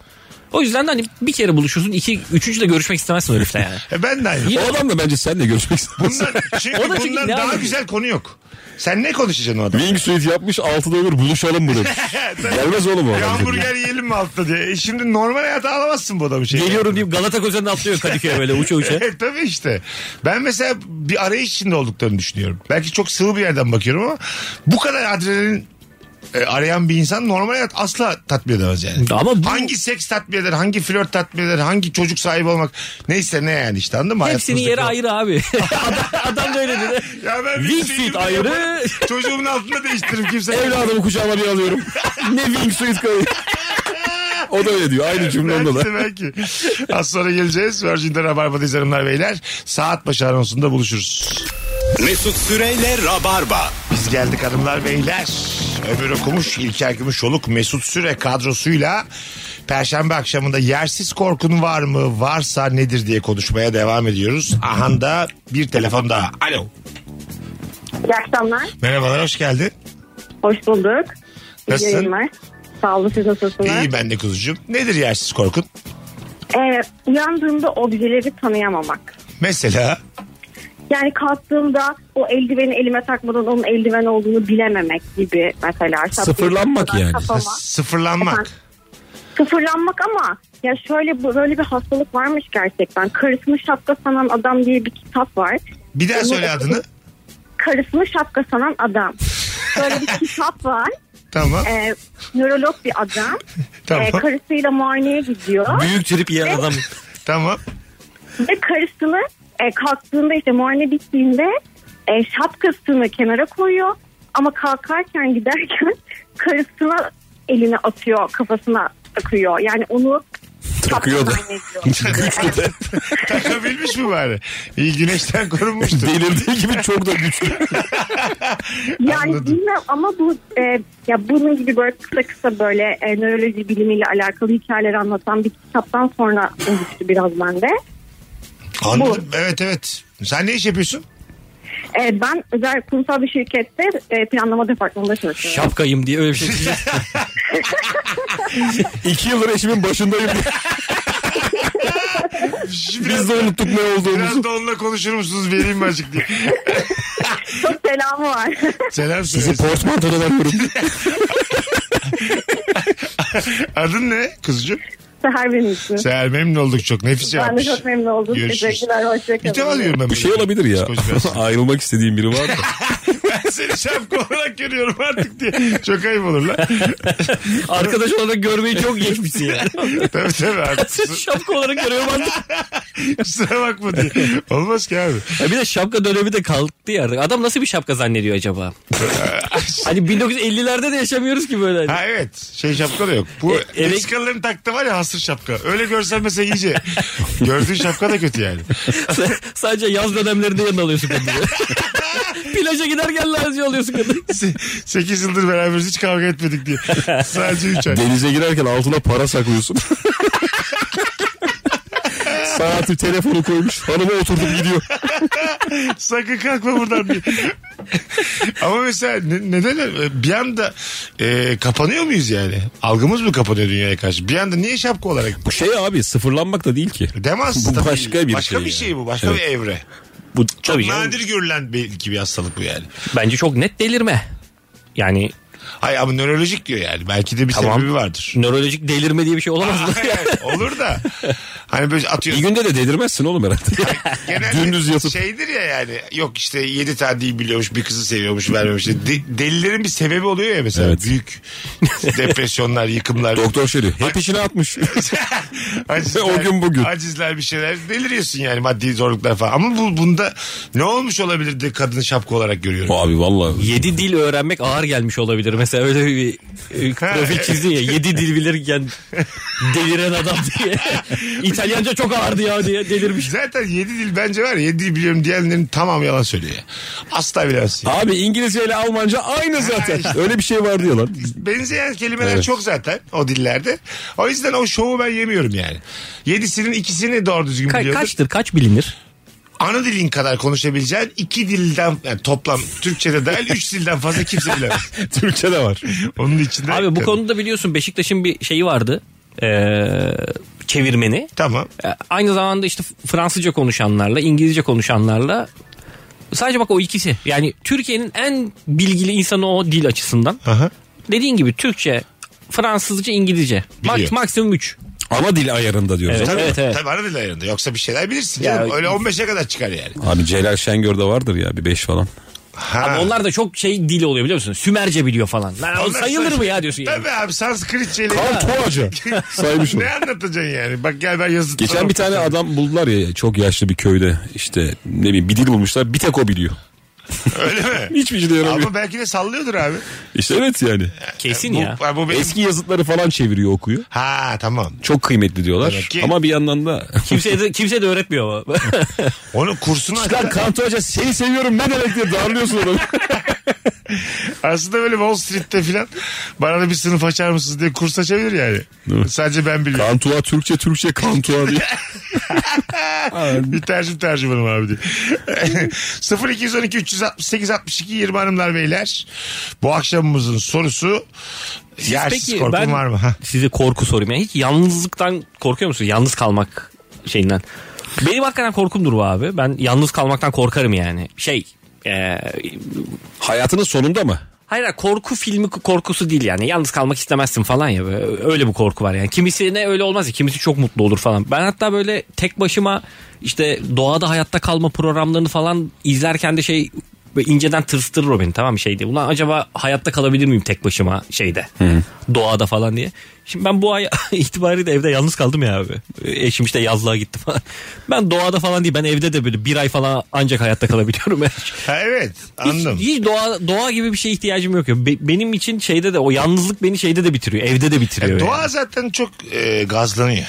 Speaker 4: O yüzden de hani bir kere buluşursun iki üçüncü de görüşmek istemezsin herifle yani.
Speaker 3: E ben de aynı.
Speaker 5: O adam da bence seninle görüşmek ister.
Speaker 3: Bundan, çünkü
Speaker 4: O da çünkü
Speaker 3: bundan
Speaker 4: ne
Speaker 3: daha
Speaker 4: anlatıyor?
Speaker 3: güzel konu yok. Sen ne konuşacaksın o adamla?
Speaker 5: Wingsuit yapmış altıda ömür buluşalım mı demiş. Gelmez oğlum o
Speaker 3: Bir
Speaker 5: adam.
Speaker 3: hamburger yiyelim mi altta diye. E şimdi normal hayata alamazsın bu adamı. Şey.
Speaker 4: Geliyorum deyip Galata Közen'de atlıyor Kadıköy'e böyle uça uça.
Speaker 3: Evet tabii işte. Ben mesela bir arayış içinde olduklarını düşünüyorum. Belki çok sığ bir yerden bakıyorum ama bu kadar adrenalin e, arayan bir insan normal hayat asla tatmin edemez yani.
Speaker 4: Ama bu-
Speaker 3: Hangi seks tatmin eder, hangi flört tatmin eder, hangi çocuk sahibi olmak neyse ne yani işte anladın mı?
Speaker 4: Hepsinin yeri
Speaker 3: Hayatımızdaki-
Speaker 4: ayrı abi. adam, adam da öyle dedi.
Speaker 3: Ya ben bir
Speaker 4: Wingsuit
Speaker 3: şeyimi
Speaker 4: ayrı.
Speaker 3: yaparım. Çocuğumun altında değiştiririm kimse.
Speaker 5: Evladımı kucağıma bir alıyorum. ne Wingsuit koyuyor. o da öyle diyor. Aynı cümle onda da.
Speaker 3: Belki, belki. Az sonra geleceğiz. Virgin'de Rabarba'dayız hanımlar beyler. Saat başı anonsunda buluşuruz.
Speaker 2: Mesut Süreyle Rabarba.
Speaker 3: Biz geldik hanımlar beyler. Ömür Okumuş, İlker Gümüşoluk, Mesut Süre kadrosuyla Perşembe akşamında yersiz korkun var mı, varsa nedir diye konuşmaya devam ediyoruz. Ahanda bir telefon daha. Alo.
Speaker 8: İyi akşamlar.
Speaker 3: Merhabalar, hoş geldin.
Speaker 8: Hoş bulduk. İyi
Speaker 3: Nasılsın?
Speaker 8: yayınlar. Sağ olun siz nasılsınız?
Speaker 3: İyi ben de kuzucuğum. Nedir yersiz korkun?
Speaker 8: Ee, uyandığımda objeleri tanıyamamak.
Speaker 3: Mesela
Speaker 8: Yani kalktığımda o eldiveni elime takmadan onun eldiven olduğunu bilememek gibi mesela.
Speaker 5: Sıfırlanmak
Speaker 8: Şapkayı
Speaker 5: yani.
Speaker 8: kafama-
Speaker 3: sıfırlanmak.
Speaker 8: Sıfırlanmak ama ya şöyle bu- böyle bir hastalık varmış gerçekten. Karısını şapka sanan adam diye bir kitap var.
Speaker 3: Bir daha söyle adını.
Speaker 8: Karısını şapka sanan adam. Böyle bir kitap var.
Speaker 3: Tamam.
Speaker 8: Ee, nörolog bir adam.
Speaker 3: Tamam.
Speaker 8: Ee, karısıyla muayeneye gidiyor.
Speaker 4: Büyük trip yiyen adam.
Speaker 3: Tamam.
Speaker 8: Ve karısını e, kalktığında işte muayene bittiğinde e, şapkasını kenara koyuyor. Ama kalkarken giderken karısına elini atıyor kafasına takıyor. Yani onu
Speaker 5: Takıyor da.
Speaker 8: Güçlü de.
Speaker 3: Takabilmiş mi bari? İyi güneşten korunmuştur.
Speaker 5: Delirdiği gibi çok da güçlü.
Speaker 8: Yani
Speaker 3: Anladım.
Speaker 8: bilmem ama bu e, ya bunun gibi böyle kısa kısa böyle e, nöroloji bilimiyle alakalı hikayeleri anlatan bir kitaptan sonra oluştu biraz bende.
Speaker 3: Anladım. Evet evet. Sen ne iş yapıyorsun?
Speaker 8: E, ben özel kurumsal bir şirkette e, planlama departmanında çalışıyorum.
Speaker 4: Şapkayım diye öyle bir şey diyecek.
Speaker 5: İki yıldır eşimin başındayım. Biz de unuttuk ne olduğumuzu.
Speaker 3: Biraz da onunla konuşur musunuz? Vereyim mi açık diye.
Speaker 8: Çok selamı var.
Speaker 3: Selam
Speaker 5: Sizi
Speaker 3: söyle.
Speaker 5: portmantodan arıyorum.
Speaker 3: Adın ne kızcığım?
Speaker 8: Seher benim için.
Speaker 3: Seher memnun olduk çok. Nefis
Speaker 8: Ben de
Speaker 3: yapmış.
Speaker 8: çok memnun oldum.
Speaker 3: Görüşürüz.
Speaker 8: Teşekkürler. Hoşçakalın.
Speaker 3: Bir defa diyorum ben.
Speaker 5: Bu şey olabilir ya. Ayrılmak istediğim biri var da.
Speaker 3: ben seni şapka olarak görüyorum artık diye. Çok ayıp olur lan.
Speaker 4: Arkadaş olarak görmeyi çok geçmişsin ya.
Speaker 3: tabii tabii abi.
Speaker 4: Sen şapka olarak görüyorum artık.
Speaker 3: Kusura bakma diye. Olmaz ki abi.
Speaker 4: Ya bir de şapka dönemi de kalktı ya artık. Adam nasıl bir şapka zannediyor acaba? hani 1950'lerde de yaşamıyoruz ki böyle.
Speaker 3: Ha evet. Şey şapka da yok. Bu
Speaker 4: E, ele-
Speaker 3: Meksikalıların taktığı var ya hasır şapka. Öyle görsen mesela iyice. Gördüğün şapka da kötü yani.
Speaker 4: S- Sadece yaz dönemlerinde yanına alıyorsun kadını. Plaja giderken lazım alıyorsun kadını.
Speaker 3: 8 yıldır beraberiz hiç kavga etmedik diye. Sadece 3 ay.
Speaker 5: Denize girerken altına para saklıyorsun. Saati telefonu koymuş. Hanıma oturdup gidiyor.
Speaker 3: Sakın kalkma buradan diye. Ama mesela ne- neden öyle? bir anda e, kapanıyor muyuz yani? Algımız mı kapanıyor dünyaya karşı? Bir anda niye şapka olarak?
Speaker 5: Bu şey abi sıfırlanmak da değil ki.
Speaker 3: Demez.
Speaker 5: Bu
Speaker 3: tabii.
Speaker 5: başka bir
Speaker 3: başka
Speaker 5: şey
Speaker 3: bir
Speaker 5: yani.
Speaker 3: şey bu. Başka
Speaker 5: Evet.
Speaker 3: bir evre.
Speaker 4: Bu
Speaker 3: Çok
Speaker 4: tabii
Speaker 3: nadir görülen belki bir hastalık bu yani.
Speaker 4: Bence çok net delirme. Yani
Speaker 3: Hayır ama nörolojik diyor yani. Belki de bir
Speaker 4: Tamam.
Speaker 3: sebebi vardır.
Speaker 4: nörolojik delirme diye bir şey olamaz mı?
Speaker 3: Hayır, olur da. Hani böyle
Speaker 5: Bir
Speaker 3: atıyorum.
Speaker 5: günde de delirmezsin oğlum herhalde.
Speaker 3: Genelde
Speaker 5: Dümdüz yatıp.
Speaker 3: Şeydir ya yani yok işte yedi tane değil biliyormuş bir kızı seviyormuş vermemiş. De- delilerin bir sebebi oluyor ya mesela
Speaker 5: Evet.
Speaker 3: büyük depresyonlar yıkımlar.
Speaker 5: Doktor şey diyor. Hep içine atmış.
Speaker 3: acizler,
Speaker 5: O gün bugün.
Speaker 3: Acizler bir şeyler deliriyorsun yani maddi zorluklar falan. Ama bu bunda ne olmuş olabilir de kadını şapka olarak görüyorum.
Speaker 5: abi valla.
Speaker 4: 7 dil öğrenmek ağır gelmiş olabilir. Mesela öyle bir e, profil çizdi ya. 7 dil bilirken deliren adam diye. İtalyanca çok ağırdı ya diye delirmiş.
Speaker 3: Zaten yedi dil bence var ya yedi dil biliyorum diyenlerin tamamı yalan söylüyor. ya. Asla bilemezsin.
Speaker 5: Abi İngilizce ile Almanca aynı zaten. Öyle bir şey var diyor lan.
Speaker 3: Benzeyen kelimeler
Speaker 5: Evet.
Speaker 3: çok zaten o dillerde. O yüzden o şovu ben yemiyorum yani. Yedisinin ikisini doğru düzgün
Speaker 4: Ka-
Speaker 3: biliyordur.
Speaker 4: kaçtır kaç bilinir?
Speaker 3: ana dilin kadar konuşabileceğin iki dilden yani toplam Türkçe'de dahil üç dilden fazla kimse bilemez.
Speaker 5: Türkçe de var.
Speaker 3: Onun içinde.
Speaker 4: Abi bu konuda biliyorsun Beşiktaş'ın bir şeyi vardı. Ee, çevirmeni. Ee,
Speaker 3: Tamam.
Speaker 4: E, aynı zamanda işte Fransızca konuşanlarla, İngilizce konuşanlarla Sadece bak o ikisi. Yani Türkiye'nin en bilgili insanı o dil açısından.
Speaker 3: Aha.
Speaker 4: Dediğin gibi Türkçe, Fransızca, İngilizce. Mak-
Speaker 3: Biliyor.
Speaker 4: maksimum 3.
Speaker 5: Ana dil ayarında diyoruz.
Speaker 4: Evet.
Speaker 3: Tabii,
Speaker 4: evet.
Speaker 3: tabii ana dil ayarında. Yoksa bir şeyler bilirsin. canım. Öyle 15'e kadar çıkar yani.
Speaker 5: Abi Celal Şengör'de vardır ya bir 5 falan.
Speaker 3: Ha.
Speaker 4: Onlar da çok şey dil oluyor biliyor musun? Sümerce biliyor falan. Lan o
Speaker 3: Onlar
Speaker 4: sayılır
Speaker 3: say-
Speaker 4: mı ya diyorsun yani.
Speaker 3: Tabii abi Sanskritçeyle.
Speaker 5: Tuğacı. Saymış o.
Speaker 3: ne anlatacaksın yani? Bak gel ben yazı
Speaker 5: Geçen bir tane adam buldular ya çok yaşlı bir köyde işte ne bileyim bir dil bulmuşlar bir tek o biliyor.
Speaker 3: Öyle mi?
Speaker 5: Hiçbir şey de yaramıyor.
Speaker 3: Ama belki de sallıyordur abi.
Speaker 5: İşte evet yani.
Speaker 4: Kesin
Speaker 3: bu,
Speaker 4: ya.
Speaker 3: Bu benim...
Speaker 5: Eski yazıtları falan çeviriyor okuyor.
Speaker 3: Ha tamam.
Speaker 5: Çok kıymetli diyorlar.
Speaker 3: Demek ki-
Speaker 5: Ama bir yandan da
Speaker 4: Kimse de, kimse de öğretmiyor ama.
Speaker 3: Onun kursunu
Speaker 5: Lan Kanto Hoca seni seviyorum ne demek diye darlıyorsun adamı.
Speaker 3: Aslında böyle Wall Street'te filan bana da bir sınıf açar mısınız diye kurs açabilir yani. Sadece ben biliyorum.
Speaker 5: Kantua Türkçe Türkçe Kantua diye.
Speaker 3: bir tercih tercümanım abi diye. 0212 368 62 20 hanımlar beyler. Bu akşamımızın sorusu yersiz
Speaker 4: Peki
Speaker 3: korkun
Speaker 4: ben
Speaker 3: var mı? Ha.
Speaker 4: size korku sorayım. Yani hiç yalnızlıktan korkuyor musun? Yalnız kalmak şeyinden. Benim hakikaten korkumdur bu abi. Ben yalnız kalmaktan korkarım yani. Şey e,
Speaker 5: Hayatının sonunda mı?
Speaker 4: Hayır hayır, korku filmi korkusu değil yani. Yalnız kalmak istemezsin falan ya. Böyle- Öyle bir korku var yani. Kimisine öyle olmaz ya. Kimisi çok mutlu olur falan. Ben hatta böyle tek başıma işte doğada hayatta kalma programlarını falan izlerken de şey böyle inceden tırstırır o beni tamam mı şey diye. Ulan acaba hayatta kalabilir miyim tek başıma şeyde doğada falan diye. Şimdi ben bu ay itibariyle evde yalnız kaldım ya abi. Eşim işte yazlığa gitti falan. Ben doğada falan değil ben evde de böyle bir ay falan ancak hayatta kalabiliyorum.
Speaker 3: ha evet
Speaker 4: Hiç,
Speaker 3: anladım.
Speaker 4: hiç doğa, doğa gibi bir şeye ihtiyacım yok. ya. Be- benim için şeyde de o yalnızlık beni şeyde de bitiriyor. Evde de bitiriyor.
Speaker 3: Ya,
Speaker 4: yani.
Speaker 3: doğa zaten çok e, gazlanıyor.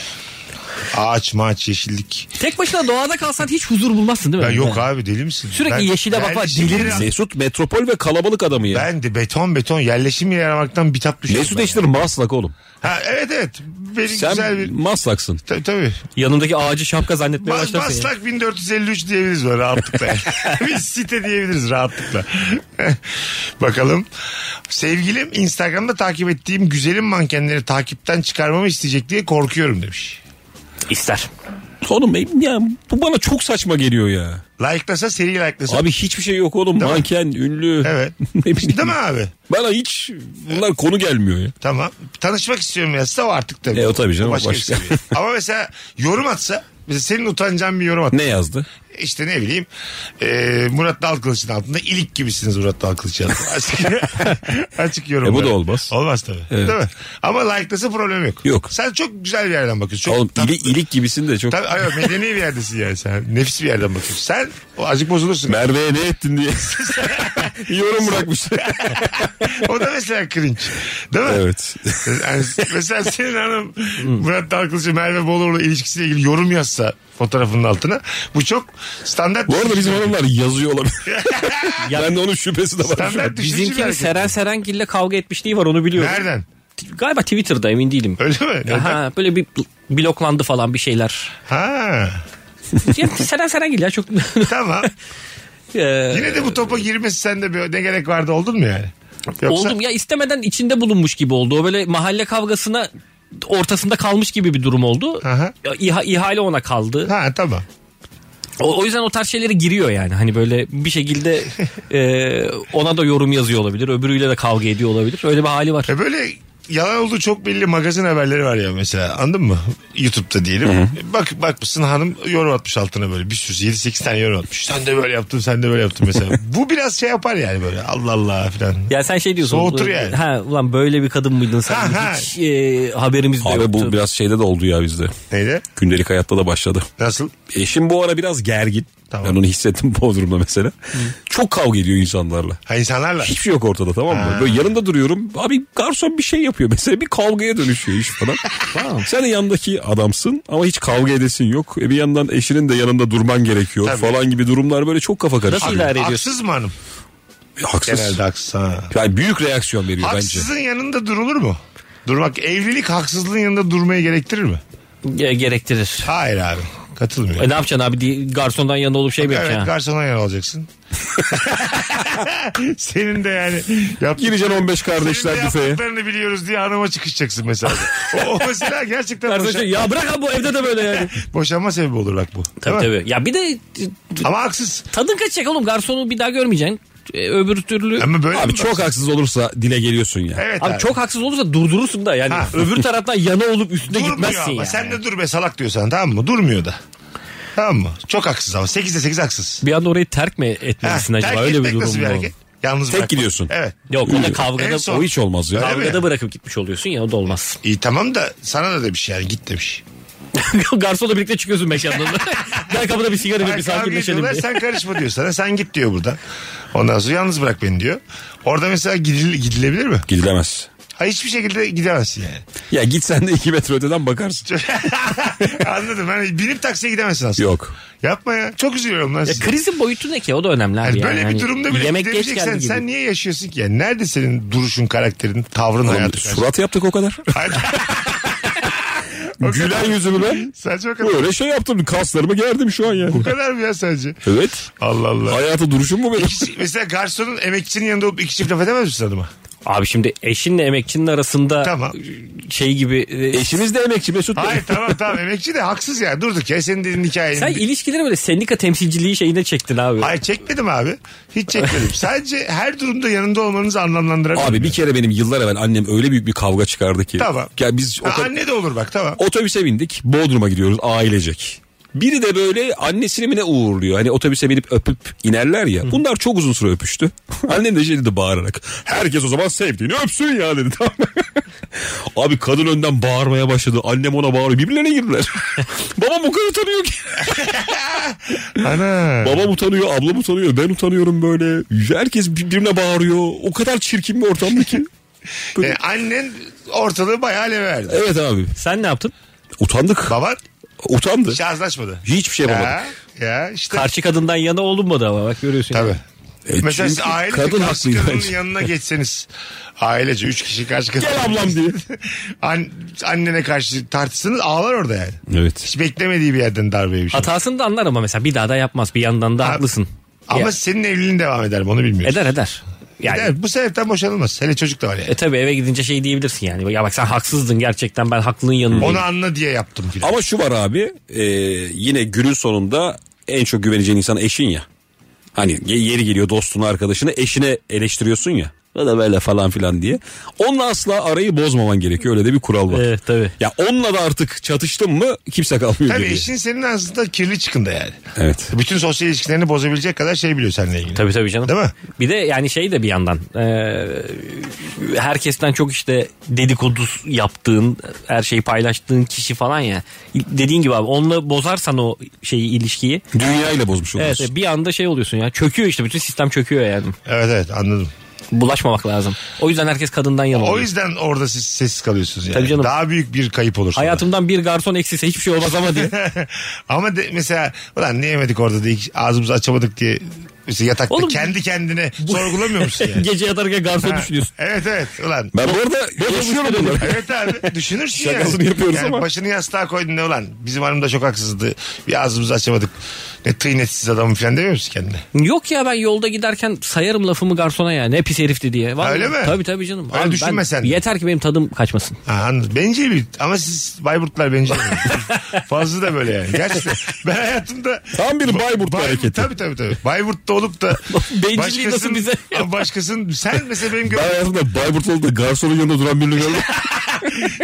Speaker 3: Ağaç maç yeşillik.
Speaker 4: Tek başına doğada kalsan hiç huzur bulmazsın değil mi?
Speaker 3: Ben yok
Speaker 4: Ben-
Speaker 3: abi deli misin?
Speaker 4: Sürekli
Speaker 3: Ben-
Speaker 4: yeşile bak, bak,
Speaker 3: yerleşim
Speaker 4: delirir
Speaker 3: yeri-
Speaker 5: Mesut metropol ve kalabalık adamı ya.
Speaker 3: Ben de beton beton yerleşim yeri aramaktan bitap düşüyorum.
Speaker 5: Mesut
Speaker 3: ben.
Speaker 5: Eşler Maslak oğlum.
Speaker 3: Ha, evet evet. Benim güzel
Speaker 5: Sen
Speaker 3: bir...
Speaker 5: Maslak'sın.
Speaker 3: Tabii tabii.
Speaker 4: Yanındaki ağacı şapka zannetmeye
Speaker 3: Mas,
Speaker 4: başlarsın. ya.
Speaker 3: Maslak 1453 diyebiliriz böyle rahatlıkla. bir site diyebiliriz rahatlıkla. Bakalım. Sevgilim Instagram'da takip ettiğim güzelim mankenleri takipten çıkarmamı isteyecek diye korkuyorum demiş.
Speaker 4: İster.
Speaker 5: Oğlum benim ya bu bana çok saçma geliyor ya.
Speaker 3: Like'lasa seri like'lasa.
Speaker 5: Abi hiçbir şey yok oğlum.
Speaker 3: Değil mi?
Speaker 5: Manken, ünlü.
Speaker 3: Evet.
Speaker 5: ne bileyim.
Speaker 3: Değil mi abi?
Speaker 5: Bana hiç bunlar konu gelmiyor ya.
Speaker 3: Tamam. Tanışmak istiyorum yazsa o artık tabii.
Speaker 5: E, o tabii canım, o
Speaker 3: Başka bir
Speaker 5: başka.
Speaker 3: seviye. Ama mesela yorum atsa mesela senin utanacağın bir yorum at.
Speaker 5: Ne yazdı?
Speaker 3: İşte ne bileyim e, Murat Dalkılıç'ın altında ilik gibisiniz Murat Dalkılıç'ın altında. Açık, açık yorum.
Speaker 5: E, bu
Speaker 3: var.
Speaker 5: da olmaz.
Speaker 3: Olmaz tabii.
Speaker 5: Evet.
Speaker 3: Değil mi? Ama like'lası problem yok.
Speaker 5: Yok.
Speaker 3: Sen çok güzel bir yerden bakıyorsun. Çok
Speaker 5: oğlum
Speaker 3: tat-
Speaker 5: ili, ilik gibisin de çok.
Speaker 3: Tabii ayol, medeni bir yerdesin yani sen. Nefis bir yerden bakıyorsun. Sen o azıcık bozulursun.
Speaker 5: Merve'ye ne ettin diye. Yorum bırakmış.
Speaker 3: O da mesela cringe. Değil mi?
Speaker 5: evet.
Speaker 3: Yani mesela senin hanım Murat Dalkılıç'ı Merve Bolu'yla ilişkisiyle ilgili yorum yazsa fotoğrafının altına bu çok standart. şey.
Speaker 5: Bu arada bizim hanımlar yazıyor olabilir.
Speaker 4: Ya-
Speaker 5: ben de onun şüphesi de var. şu an.
Speaker 3: standart düşünce bir şey
Speaker 4: Bizimkinin
Speaker 3: hareket.
Speaker 4: Seren Serengil'le kavga etmişliği var onu biliyorum.
Speaker 3: Nereden?
Speaker 4: T- Galiba Twitter'da emin değilim.
Speaker 3: Öyle mi? Neden?
Speaker 4: Aha, böyle bir bloklandı falan bir şeyler.
Speaker 3: Ha.
Speaker 4: ya, Seren Serengil ya çok...
Speaker 3: Tamam.
Speaker 4: Ee,
Speaker 3: Yine de bu topa girmesi sende bir ne gerek vardı oldun mu yani? Yoksa
Speaker 4: Oldum ya istemeden içinde bulunmuş gibi oldu. O böyle mahalle kavgasına ortasında kalmış gibi bir durum oldu.
Speaker 3: Aha.
Speaker 4: Ya, İha, ihale ona kaldı.
Speaker 3: Ha tamam.
Speaker 4: O, o yüzden o tarz şeylere giriyor yani. Hani böyle bir şekilde e, ona da yorum yazıyor olabilir. Öbürüyle de kavga ediyor olabilir. Öyle bir hali var.
Speaker 3: E böyle yalan olduğu çok belli magazin haberleri var ya mesela anladın mı? Youtube'da diyelim. Bak bakmışsın hanım yorum atmış altına böyle bir sürü 7-8 tane yorum atmış. Sen de böyle yaptın sen de böyle yaptın mesela. Bu biraz şey yapar yani böyle Allah Allah filan.
Speaker 4: Ya sen şey diyorsun.
Speaker 3: Soğutur
Speaker 4: e,
Speaker 3: yani.
Speaker 4: Ha ulan böyle bir kadın mıydın sen?
Speaker 3: Ha, ha.
Speaker 4: Hiç e, haberimiz de
Speaker 5: Abi
Speaker 4: yoktu.
Speaker 5: bu biraz şeyde de oldu ya bizde.
Speaker 3: Neydi?
Speaker 5: Gündelik hayatta da başladı.
Speaker 3: Nasıl?
Speaker 5: Eşim bu ara biraz gergin.
Speaker 3: Tamam.
Speaker 5: Ben onu hissettim Bodrum'da mesela. Çok kavga ediyor insanlarla.
Speaker 3: Ha insanlarla.
Speaker 5: Hiçbir şey yok ortada tamam mı? Böyle yanında duruyorum. Abi garson bir şey yapıyor. Mesela bir kavgaya dönüşüyor iş falan. Sen de yandaki adamsın ama hiç kavga edesin yok. E bir yandan eşinin de yanında durman gerekiyor
Speaker 3: Tabii.
Speaker 5: falan gibi durumlar böyle çok kafa
Speaker 4: Nasıl
Speaker 5: karıştırıyor.
Speaker 4: idare ediyorsun?
Speaker 3: Haksız mı hanım?
Speaker 5: Haksız.
Speaker 3: Genelde haksız. Ha.
Speaker 5: Yani büyük reaksiyon veriyor bence.
Speaker 3: Haksızın yanında durulur mu? Durmak evlilik haksızlığın yanında durmayı gerektirir mi?
Speaker 4: E, gerektirir.
Speaker 3: Hayır abi. Katılmıyorum.
Speaker 4: E, ne yapacaksın abi? Di- Garsondan yanında olup şey mi
Speaker 3: Evet
Speaker 4: yapacaksın?
Speaker 3: garsona yer alacaksın. Senin de yani yap,
Speaker 5: Gireceksin 15 kardeşler
Speaker 4: şey.
Speaker 3: senin de
Speaker 5: büfeye.
Speaker 3: yaptıklarını biliyoruz diye hanıma çıkışacaksın mesela. o, o mesela gerçekten boşa,
Speaker 4: Kardeşim şey- ya bırak abi bu evde de böyle yani.
Speaker 3: boşanma sebebi olur bak bu.
Speaker 4: tabii
Speaker 3: Değil mi?
Speaker 4: tabii. Ya bir de
Speaker 3: Ama haksız.
Speaker 4: tadın kaçacak oğlum garsonu bir daha görmeyeceksin. Ee, Öbür türlü
Speaker 3: Ama böyle
Speaker 5: Abi
Speaker 3: mi
Speaker 5: çok haksız olursa dile geliyorsun ya.
Speaker 3: Evet
Speaker 4: Abi çok haksız olursa durdurursun da yani
Speaker 3: Ha.
Speaker 4: öbür taraftan yana olup üstüne
Speaker 3: Durmuyor
Speaker 4: gitmezsin
Speaker 3: ama.
Speaker 4: yani.
Speaker 3: Sen de dur be salak diyorsan tamam mı? Durmuyor da. Tamam mı? Çok haksız ama. 8'de 8 haksız.
Speaker 4: Bir anda orayı terk mi
Speaker 3: Ha,
Speaker 4: etmelisin
Speaker 3: terk
Speaker 4: acaba öyle bir
Speaker 3: etmek
Speaker 4: durum
Speaker 3: nasıl
Speaker 4: mu?
Speaker 3: hareket? Yalnız
Speaker 5: Tek
Speaker 3: bırakmak.
Speaker 5: gidiyorsun.
Speaker 3: Evet.
Speaker 4: Yok o da kavgada,
Speaker 3: En son.
Speaker 5: O hiç olmaz ya.
Speaker 3: Tabii.
Speaker 4: kavgada bırakıp gitmiş oluyorsun ya o da olmaz.
Speaker 3: İyi tamam da sana da demiş yani git demiş.
Speaker 4: Garsonla birlikte çıkıyorsun mekandan. Gel kapıda bir sigara ver bir
Speaker 3: Ay, kavga
Speaker 4: sakinleşelim
Speaker 3: ediyorlar,
Speaker 4: diye.
Speaker 3: sen karışma diyor sana sen git diyor burada. Ondan sonra yalnız bırak beni diyor. Orada mesela gidil, gidilebilir mi?
Speaker 5: Gidilemez.
Speaker 3: Ha, hiçbir şekilde gidemezsin yani.
Speaker 5: Ya git sen de 2 metre öteden bakarsın.
Speaker 3: Anladım. Hani binip taksiye gidemezsin aslında.
Speaker 5: Yok.
Speaker 3: Yapma ya. Çok üzülüyorum lan
Speaker 4: Ya
Speaker 3: sizi.
Speaker 4: krizin boyutu ne ki o da önemli abi.
Speaker 3: Yani böyle
Speaker 4: yani. Hani
Speaker 3: bir durumda bile
Speaker 4: Yemek geç
Speaker 3: gidemeyeceksen
Speaker 4: geldi gibi.
Speaker 3: sen niye yaşıyorsun ki? Yani nerede senin duruşun, karakterin, tavrın,
Speaker 5: Oğlum,
Speaker 3: hayatın?
Speaker 5: surat yaptık o kadar. Gülen yüzümü ben.
Speaker 3: Sadece o kadar.
Speaker 5: Böyle şey yaptım. Kaslarımı gerdim şu an yani.
Speaker 3: Bu kadar mı ya sadece?
Speaker 5: Evet.
Speaker 3: Allah Allah.
Speaker 5: Hayatı duruşum mu benim?
Speaker 3: İki- mesela garsonun emekçinin yanında olup iki çift laf edemez misin adama?
Speaker 4: Abi şimdi eşinle emekçinin arasında
Speaker 3: Tamam.
Speaker 4: şey gibi. e,
Speaker 5: Eşiniz de emekçi Mesut Bey.
Speaker 3: Hayır tamam tamam emekçi de haksız ya durduk ya senin dediğin hikayenin.
Speaker 4: Sen ilişkileri böyle sendika temsilciliği şeyine çektin abi.
Speaker 3: Hayır çekmedim abi. Hiç çekmedim. Sadece her durumda yanında olmanızı anlamlandıramıyorum.
Speaker 5: Abi bir kere benim yıllar evvel annem öyle büyük bir kavga çıkardı ki.
Speaker 3: Tamam.
Speaker 5: Ya biz o
Speaker 3: Ha,
Speaker 5: kadar...
Speaker 3: Anne de olur bak tamam.
Speaker 5: Otobüse bindik. Bodrum'a gidiyoruz ailecek. Biri de böyle annesini mi ne uğurluyor. Hani otobüse binip öpüp inerler ya. Bunlar çok uzun süre öpüştü. Annem de şey dedi bağırarak. Herkes o zaman sevdiğini öpsün ya dedi. Tamam. mı? Abi kadın önden bağırmaya başladı. Annem ona bağırıyor. Birbirlerine girdiler. Babam o kadar utanıyor ki.
Speaker 3: Ana.
Speaker 5: Babam utanıyor, ablam utanıyor, ben utanıyorum böyle. Herkes birbirine bağırıyor. O kadar çirkin bir ortamdı ki.
Speaker 3: Ee, annen ortalığı bayağı aleve verdi.
Speaker 5: Evet abi.
Speaker 4: Sen ne yaptın?
Speaker 5: Utandık.
Speaker 3: Baban
Speaker 5: Utandı.
Speaker 3: şarjlaşmadı.
Speaker 5: Hiçbir şey yapamadık.
Speaker 3: Ya, ya işte.
Speaker 4: Karşı kadından yana olunmadı ama bak görüyorsun. ya.
Speaker 3: Tabii.
Speaker 5: E,
Speaker 3: Mesela siz
Speaker 5: çünkü
Speaker 3: ailece
Speaker 5: kadın
Speaker 3: karşı
Speaker 5: haklıydı.
Speaker 3: kadının
Speaker 5: bence.
Speaker 3: yanına geçseniz. Ailece üç kişi karşı kadın.
Speaker 5: Gel ablam diye.
Speaker 3: An- annene karşı tartışsanız ağlar orada yani.
Speaker 5: Evet.
Speaker 3: Hiç beklemediği bir yerden darbe bir şey.
Speaker 4: Hatasını da anlar ama mesela bir daha da yapmaz. Bir yandan da
Speaker 3: Ha-
Speaker 4: haklısın.
Speaker 3: Ama
Speaker 4: Ya,
Speaker 3: senin evliliğin devam eder mi onu bilmiyorsun.
Speaker 4: eder eder. Yani
Speaker 3: Eder. Bu sebepten boşanılmaz. Hele çocuk da var yani.
Speaker 4: E tabi eve gidince şey diyebilirsin yani. Ya bak sen haksızdın gerçekten ben haklının yanındayım.
Speaker 3: Onu anla diye yaptım filan.
Speaker 5: Ama şu var abi. e, yine günün sonunda en çok güveneceğin insan eşin ya. Hani ye- yeri geliyor dostunu arkadaşını eşine eleştiriyorsun ya. O da böyle falan filan diye. Onunla asla arayı bozmaman gerekiyor. Öyle de bir kural var.
Speaker 4: Evet tabi.
Speaker 5: Ya onunla da artık çatıştın mı kimse kalmıyor
Speaker 3: Tabii
Speaker 5: geriye.
Speaker 3: eşin senin aslında kirli çıkında yani.
Speaker 5: Evet.
Speaker 3: Bütün sosyal ilişkilerini bozabilecek kadar şey biliyor seninle ilgili.
Speaker 4: Tabii tabii canım.
Speaker 3: Değil mi?
Speaker 4: Bir de yani şey de bir yandan e, herkesten çok işte dedikodu yaptığın her şeyi paylaştığın kişi falan ya. Dediğin gibi abi onunla bozarsan o şeyi ilişkiyi
Speaker 5: Dünyayla bozmuş
Speaker 4: evet,
Speaker 5: oluyorsun.
Speaker 4: bir anda şey oluyorsun ya çöküyor işte bütün sistem çöküyor yani.
Speaker 3: Evet evet anladım.
Speaker 4: Bulaşmamak lazım. O yüzden herkes kadından yana
Speaker 3: O
Speaker 4: oluyor.
Speaker 3: yüzden orada siz sessiz kalıyorsunuz yani.
Speaker 4: Tabii canım.
Speaker 3: Daha büyük bir kayıp olur. sonra.
Speaker 4: Hayatımdan bir garson eksilse hiçbir şey olmaz ama diye.
Speaker 3: Ama de, mesela ulan ne yemedik orada diye hiç ağzımızı açamadık diye mesela yatakta
Speaker 4: Oğlum,
Speaker 3: kendi kendine sorgulamıyor musun yani?
Speaker 4: Gece yatarken garson
Speaker 3: Ha,
Speaker 4: düşünüyorsun.
Speaker 3: Evet evet ulan.
Speaker 5: Ben bu arada yaşıyorum bunları.
Speaker 3: Evet abi düşünürsün yani.
Speaker 5: Şakasını yapıyoruz ama.
Speaker 3: Başını yastığa koydun ne ulan bizim hanım da çok haksızdı. Bir ağzımızı açamadık. Ne tıynetsiz adamım falan demiyor musun kendine?
Speaker 4: Yok ya ben yolda giderken sayarım lafımı garsona ya ne pis herifti diye. Vallahi,
Speaker 3: Öyle mi?
Speaker 4: Tabii tabii canım.
Speaker 3: Öyle
Speaker 4: ben-
Speaker 3: düşünme sen de.
Speaker 4: Yeter ki benim tadım kaçmasın.
Speaker 3: Ha, anladım. Bencil bir ama siz Bayburtlar bencil. Fazla da böyle yani. Gerçekten ben hayatımda
Speaker 5: Tam bir Bayburt hareketi.
Speaker 3: Tabii tabii tabii. Bayburt'ta olup da
Speaker 4: Bencilliği
Speaker 3: başkasının-
Speaker 4: nasıl bize-
Speaker 3: başkasının sen mesela benim
Speaker 5: Ben
Speaker 3: gö-
Speaker 5: hayatımda Bayburtlu'da garsonun yanında duran birini gördüm.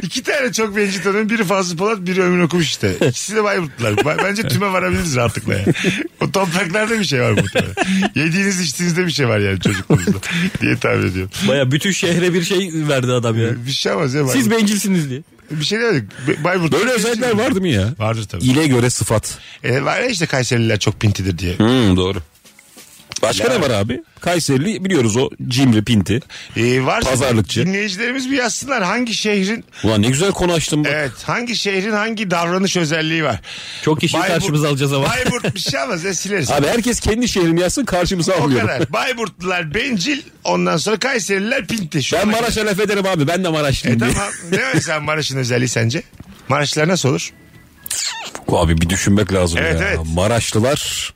Speaker 3: iki tane çok bencil tanıyorum. Biri Fazıl Polat, biri Ömür Okumuş işte. İkisi de Bayburtlular. Ba- Bence tüme varabiliriz rahatlıkla yani. O topraklarda bir şey var muhtemelen. Yediğiniz içtiğinizde bir şey var yani çocukluğunuzda diye tahmin ediyorum.
Speaker 4: Baya bütün şehre bir şey verdi adam ya.
Speaker 3: Bir şey olmaz ya.
Speaker 4: Siz
Speaker 3: Bayburt.
Speaker 4: bencilsiniz diye.
Speaker 3: Bir şey demedik. Ba- Bayburt.
Speaker 5: Böyle özellikler vardı mı ya?
Speaker 3: Vardır tabii.
Speaker 5: İle göre sıfat.
Speaker 3: E, var ya işte Kayserililer çok pintidir diye.
Speaker 5: Hmm, doğru. Başka ne var abi? Kayserili biliyoruz o cimri pinti.
Speaker 3: Ee, varsa
Speaker 5: Pazarlıkçı.
Speaker 3: Dinleyicilerimiz bir yazsınlar hangi şehrin
Speaker 5: Ulan ne güzel konu açtım bak.
Speaker 3: evet hangi şehrin hangi davranış özelliği var.
Speaker 4: Çok kişiyi
Speaker 3: Bayburt-
Speaker 4: karşımıza alacağız ama.
Speaker 3: Bayburt bir şey almaz ya sileriz.
Speaker 5: Abi herkes kendi şehrini yazsın karşımıza
Speaker 3: o
Speaker 5: almıyorum.
Speaker 3: kadar. Bayburtlular bencil ondan sonra Kayserililer pinti. Şu
Speaker 5: Ben
Speaker 3: ana-
Speaker 5: Maraş'a laf ederim abi ben de
Speaker 3: E
Speaker 5: Maraşlıyım diye.
Speaker 3: tamam. Ne mesela Maraş'ın özelliği sence? Maraşlılar nasıl olur?
Speaker 5: Abi bir düşünmek lazım
Speaker 3: Evet,
Speaker 5: ya.
Speaker 3: evet.
Speaker 5: Maraşlılar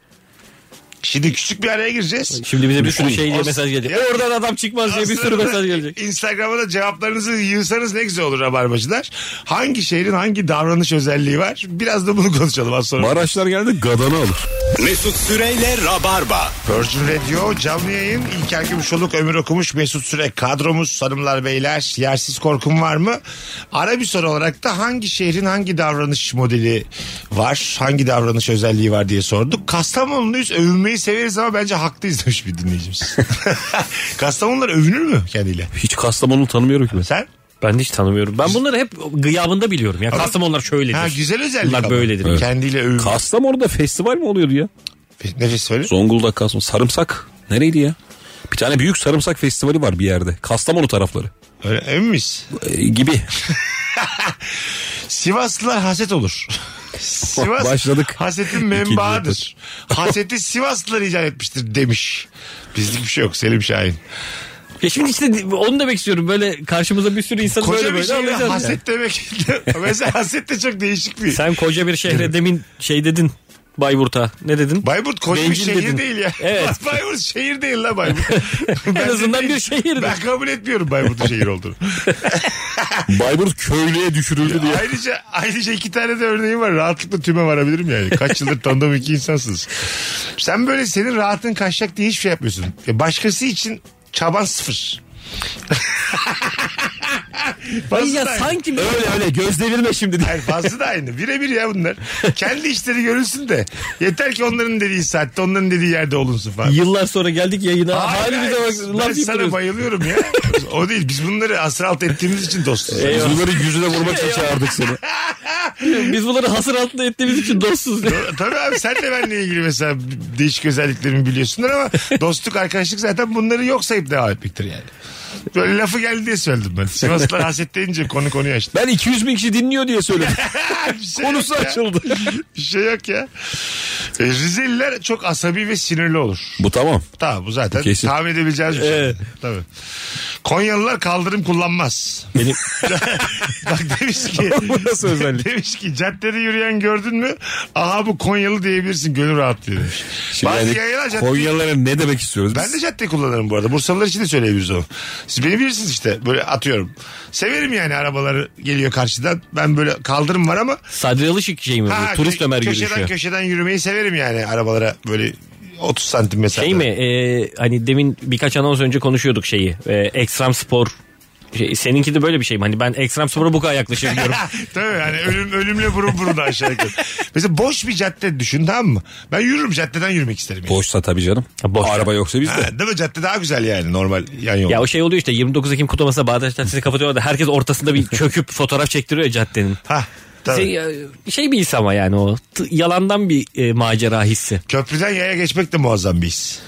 Speaker 3: Şimdi küçük bir araya gireceğiz.
Speaker 4: Şimdi bize bir sürü şey diye
Speaker 3: As-
Speaker 4: mesaj gelecek.
Speaker 3: Ya-
Speaker 4: Oradan adam çıkmaz diye bir sürü
Speaker 3: Aslında
Speaker 4: mesaj gelecek.
Speaker 3: Instagram'a da cevaplarınızı yığsanız ne güzel olur rabarbacılar. Hangi şehrin hangi davranış özelliği var? Biraz da bunu konuşalım az sonra.
Speaker 5: Maraşlar geldi gadana alır.
Speaker 2: Mesut Süreyle Rabarba.
Speaker 3: Virgin Radio canlı yayın İlker Gümüşoluk Ömür Okumuş Mesut Süre kadromuz hanımlar beyler yersiz korkum var mı? Ara bir soru olarak da hangi şehrin hangi davranış modeli var hangi davranış özelliği var diye sorduk. Kastamonluyuz övünmeyi severiz ama bence haklıyız demiş bir dinleyicimiz. Kastamonlular övünür mü kendiyle?
Speaker 5: Hiç Kastamonu'nu tanımıyorum ki ben.
Speaker 3: Sen?
Speaker 4: Ben de hiç tanımıyorum. Ben bunları hep gıyabında biliyorum. Ya Kastamonular şöyledir.
Speaker 3: Ha, güzel özellik
Speaker 4: Bunlar
Speaker 3: ama.
Speaker 4: böyledir.
Speaker 5: Evet.
Speaker 3: Kendiyle övünme.
Speaker 5: Kastamonu'da festival mi oluyordu ya?
Speaker 3: Nefes söyle.
Speaker 5: Zonguldak Kastamonu. Sarımsak. Nereydi ya? Bir tane büyük sarımsak festivali var bir yerde. Kastamonu tarafları.
Speaker 3: Öyle, emin miyiz?
Speaker 5: Ee, gibi.
Speaker 3: Sivaslılar haset olur. Sivas
Speaker 5: Başladık.
Speaker 3: hasetin
Speaker 5: İkinci
Speaker 3: menbaadır. Haseti Sivaslılar icat etmiştir demiş. Bizlik bir şey yok Selim Şahin.
Speaker 4: Ya şimdi işte onu demek istiyorum. Böyle karşımıza bir sürü insan
Speaker 3: Koca
Speaker 4: böyle
Speaker 3: bir
Speaker 4: böyle
Speaker 3: şey
Speaker 4: alacağız. yani.
Speaker 3: haset demek. Mesela haset de çok değişik bir.
Speaker 4: Sen koca bir şehre demin şey dedin. Bayburt'a. Ne dedin?
Speaker 3: Bayburt koca bir
Speaker 4: Bencil
Speaker 3: şehir
Speaker 4: dedin.
Speaker 3: değil ya.
Speaker 4: Evet.
Speaker 3: Bayburt şehir değil la Bayburt. Ben de
Speaker 4: azından
Speaker 3: değil.
Speaker 4: bir şehirdir.
Speaker 3: Ben kabul etmiyorum Bayburt'un şehir olduğunu.
Speaker 5: Bayburt köylüye düşürüldü diye.
Speaker 3: ayrıca, ayrıca iki tane de örneğim var. Rahatlıkla tüme varabilirim yani. Kaç yıldır tanıdığım iki insansınız. Sen böyle senin rahatın kaçacak diye hiçbir şey yapmıyorsun. Ya başkası için çaban sıfır.
Speaker 4: Ay
Speaker 3: Fazla
Speaker 4: ya
Speaker 3: da aynı.
Speaker 4: sanki bir-
Speaker 5: Öyle öyle göz devirme şimdi. diye.
Speaker 3: Hayır fazla da aynı. Birebir ya bunlar. Kendi işleri görülsün de. Yeter ki onların dediği saatte onların dediği yerde olunsun falan.
Speaker 4: yıllar sonra geldik yayına.
Speaker 3: Hayır,
Speaker 4: Halimize
Speaker 3: hayır.
Speaker 4: bak.
Speaker 3: Ben sana
Speaker 4: Laf yapıyoruz.
Speaker 3: bayılıyorum ya. o değil. Biz bunları asır alt ettiğimiz için dostuz.
Speaker 5: Biz bunları yüzüne vurmak için çağırdık seni.
Speaker 4: Biz bunları hasır altında ettiğimiz için dostuz.
Speaker 3: Tabii abi sen de benimle ilgili mesela değişik özelliklerimi biliyorsundur ama dostluk arkadaşlık zaten bunları yok sayıp devam etmektir yani. Böyle lafı geldi diye söyledim ben. Sivaslılar haset deyince konu konuyu açtı.
Speaker 5: Ben 200 bin kişi dinliyor diye söyledim.
Speaker 3: Bir şey
Speaker 5: Konusu
Speaker 3: yok ya.
Speaker 5: açıldı.
Speaker 3: Bir şey yok ya. E, Rizeliler çok asabi ve sinirli olur.
Speaker 5: Bu tamam.
Speaker 3: Tamam bu zaten
Speaker 5: Kesin.
Speaker 3: tahmin edebileceğiniz bir şey.
Speaker 4: Evet.
Speaker 3: Tabii. Konyalılar kaldırım kullanmaz.
Speaker 4: Benim
Speaker 3: Bak demiş ki
Speaker 5: Bu nasıl özellik?
Speaker 3: demiş ki caddede yürüyen gördün mü? Aha bu Konyalı diyebilirsin gönül rahatlıyor demiş.
Speaker 5: Şimdi
Speaker 3: Bazı
Speaker 5: yani
Speaker 3: yayınlar cadde-
Speaker 5: Konyalılara ne demek istiyoruz
Speaker 3: Ben de
Speaker 5: biz?
Speaker 3: cadde kullanırım bu arada. Bursalılar için de söyleyebiliriz onu. Siz beni bilirsiniz işte. Böyle atıyorum. Severim yani arabaları geliyor karşıdan. Ben böyle kaldırım var ama.
Speaker 4: Sadri Alışık şey mi? bu? Turist
Speaker 3: kö-
Speaker 4: Ömer
Speaker 3: köşeden,
Speaker 4: yürüyüşü.
Speaker 3: Köşeden yürümeyi severim yani arabalara böyle 30 santim mesafe.
Speaker 4: Şey mi e, hani demin birkaç anons önce konuşuyorduk şeyi e, ekstrem spor şey, seninki de böyle bir şey mi? Hani ben ekstrem spora bu kadar yaklaşabiliyorum.
Speaker 3: Tabii yani ölüm, ölümle burun buruna aşağı yukarı. Mesela boş bir cadde düşün tamam mı? Ben yürürüm caddeden yürümek isterim. Yani.
Speaker 5: Boşsa tabii canım.
Speaker 4: Ha, boş.
Speaker 5: Araba yoksa biz de.
Speaker 3: Ha, değil mi? Cadde daha güzel yani normal yan yol.
Speaker 4: ya o şey oluyor işte 29 Ekim kutlamasında Bağdaş'tan sizi kapatıyorlar da herkes ortasında bir çöküp fotoğraf çektiriyor ya caddenin.
Speaker 3: Ha, tabii.
Speaker 4: Şey, e, şey bir his ama yani o T- yalandan bir e, macera hissi.
Speaker 3: Köprüden yaya geçmek de muazzam bir his.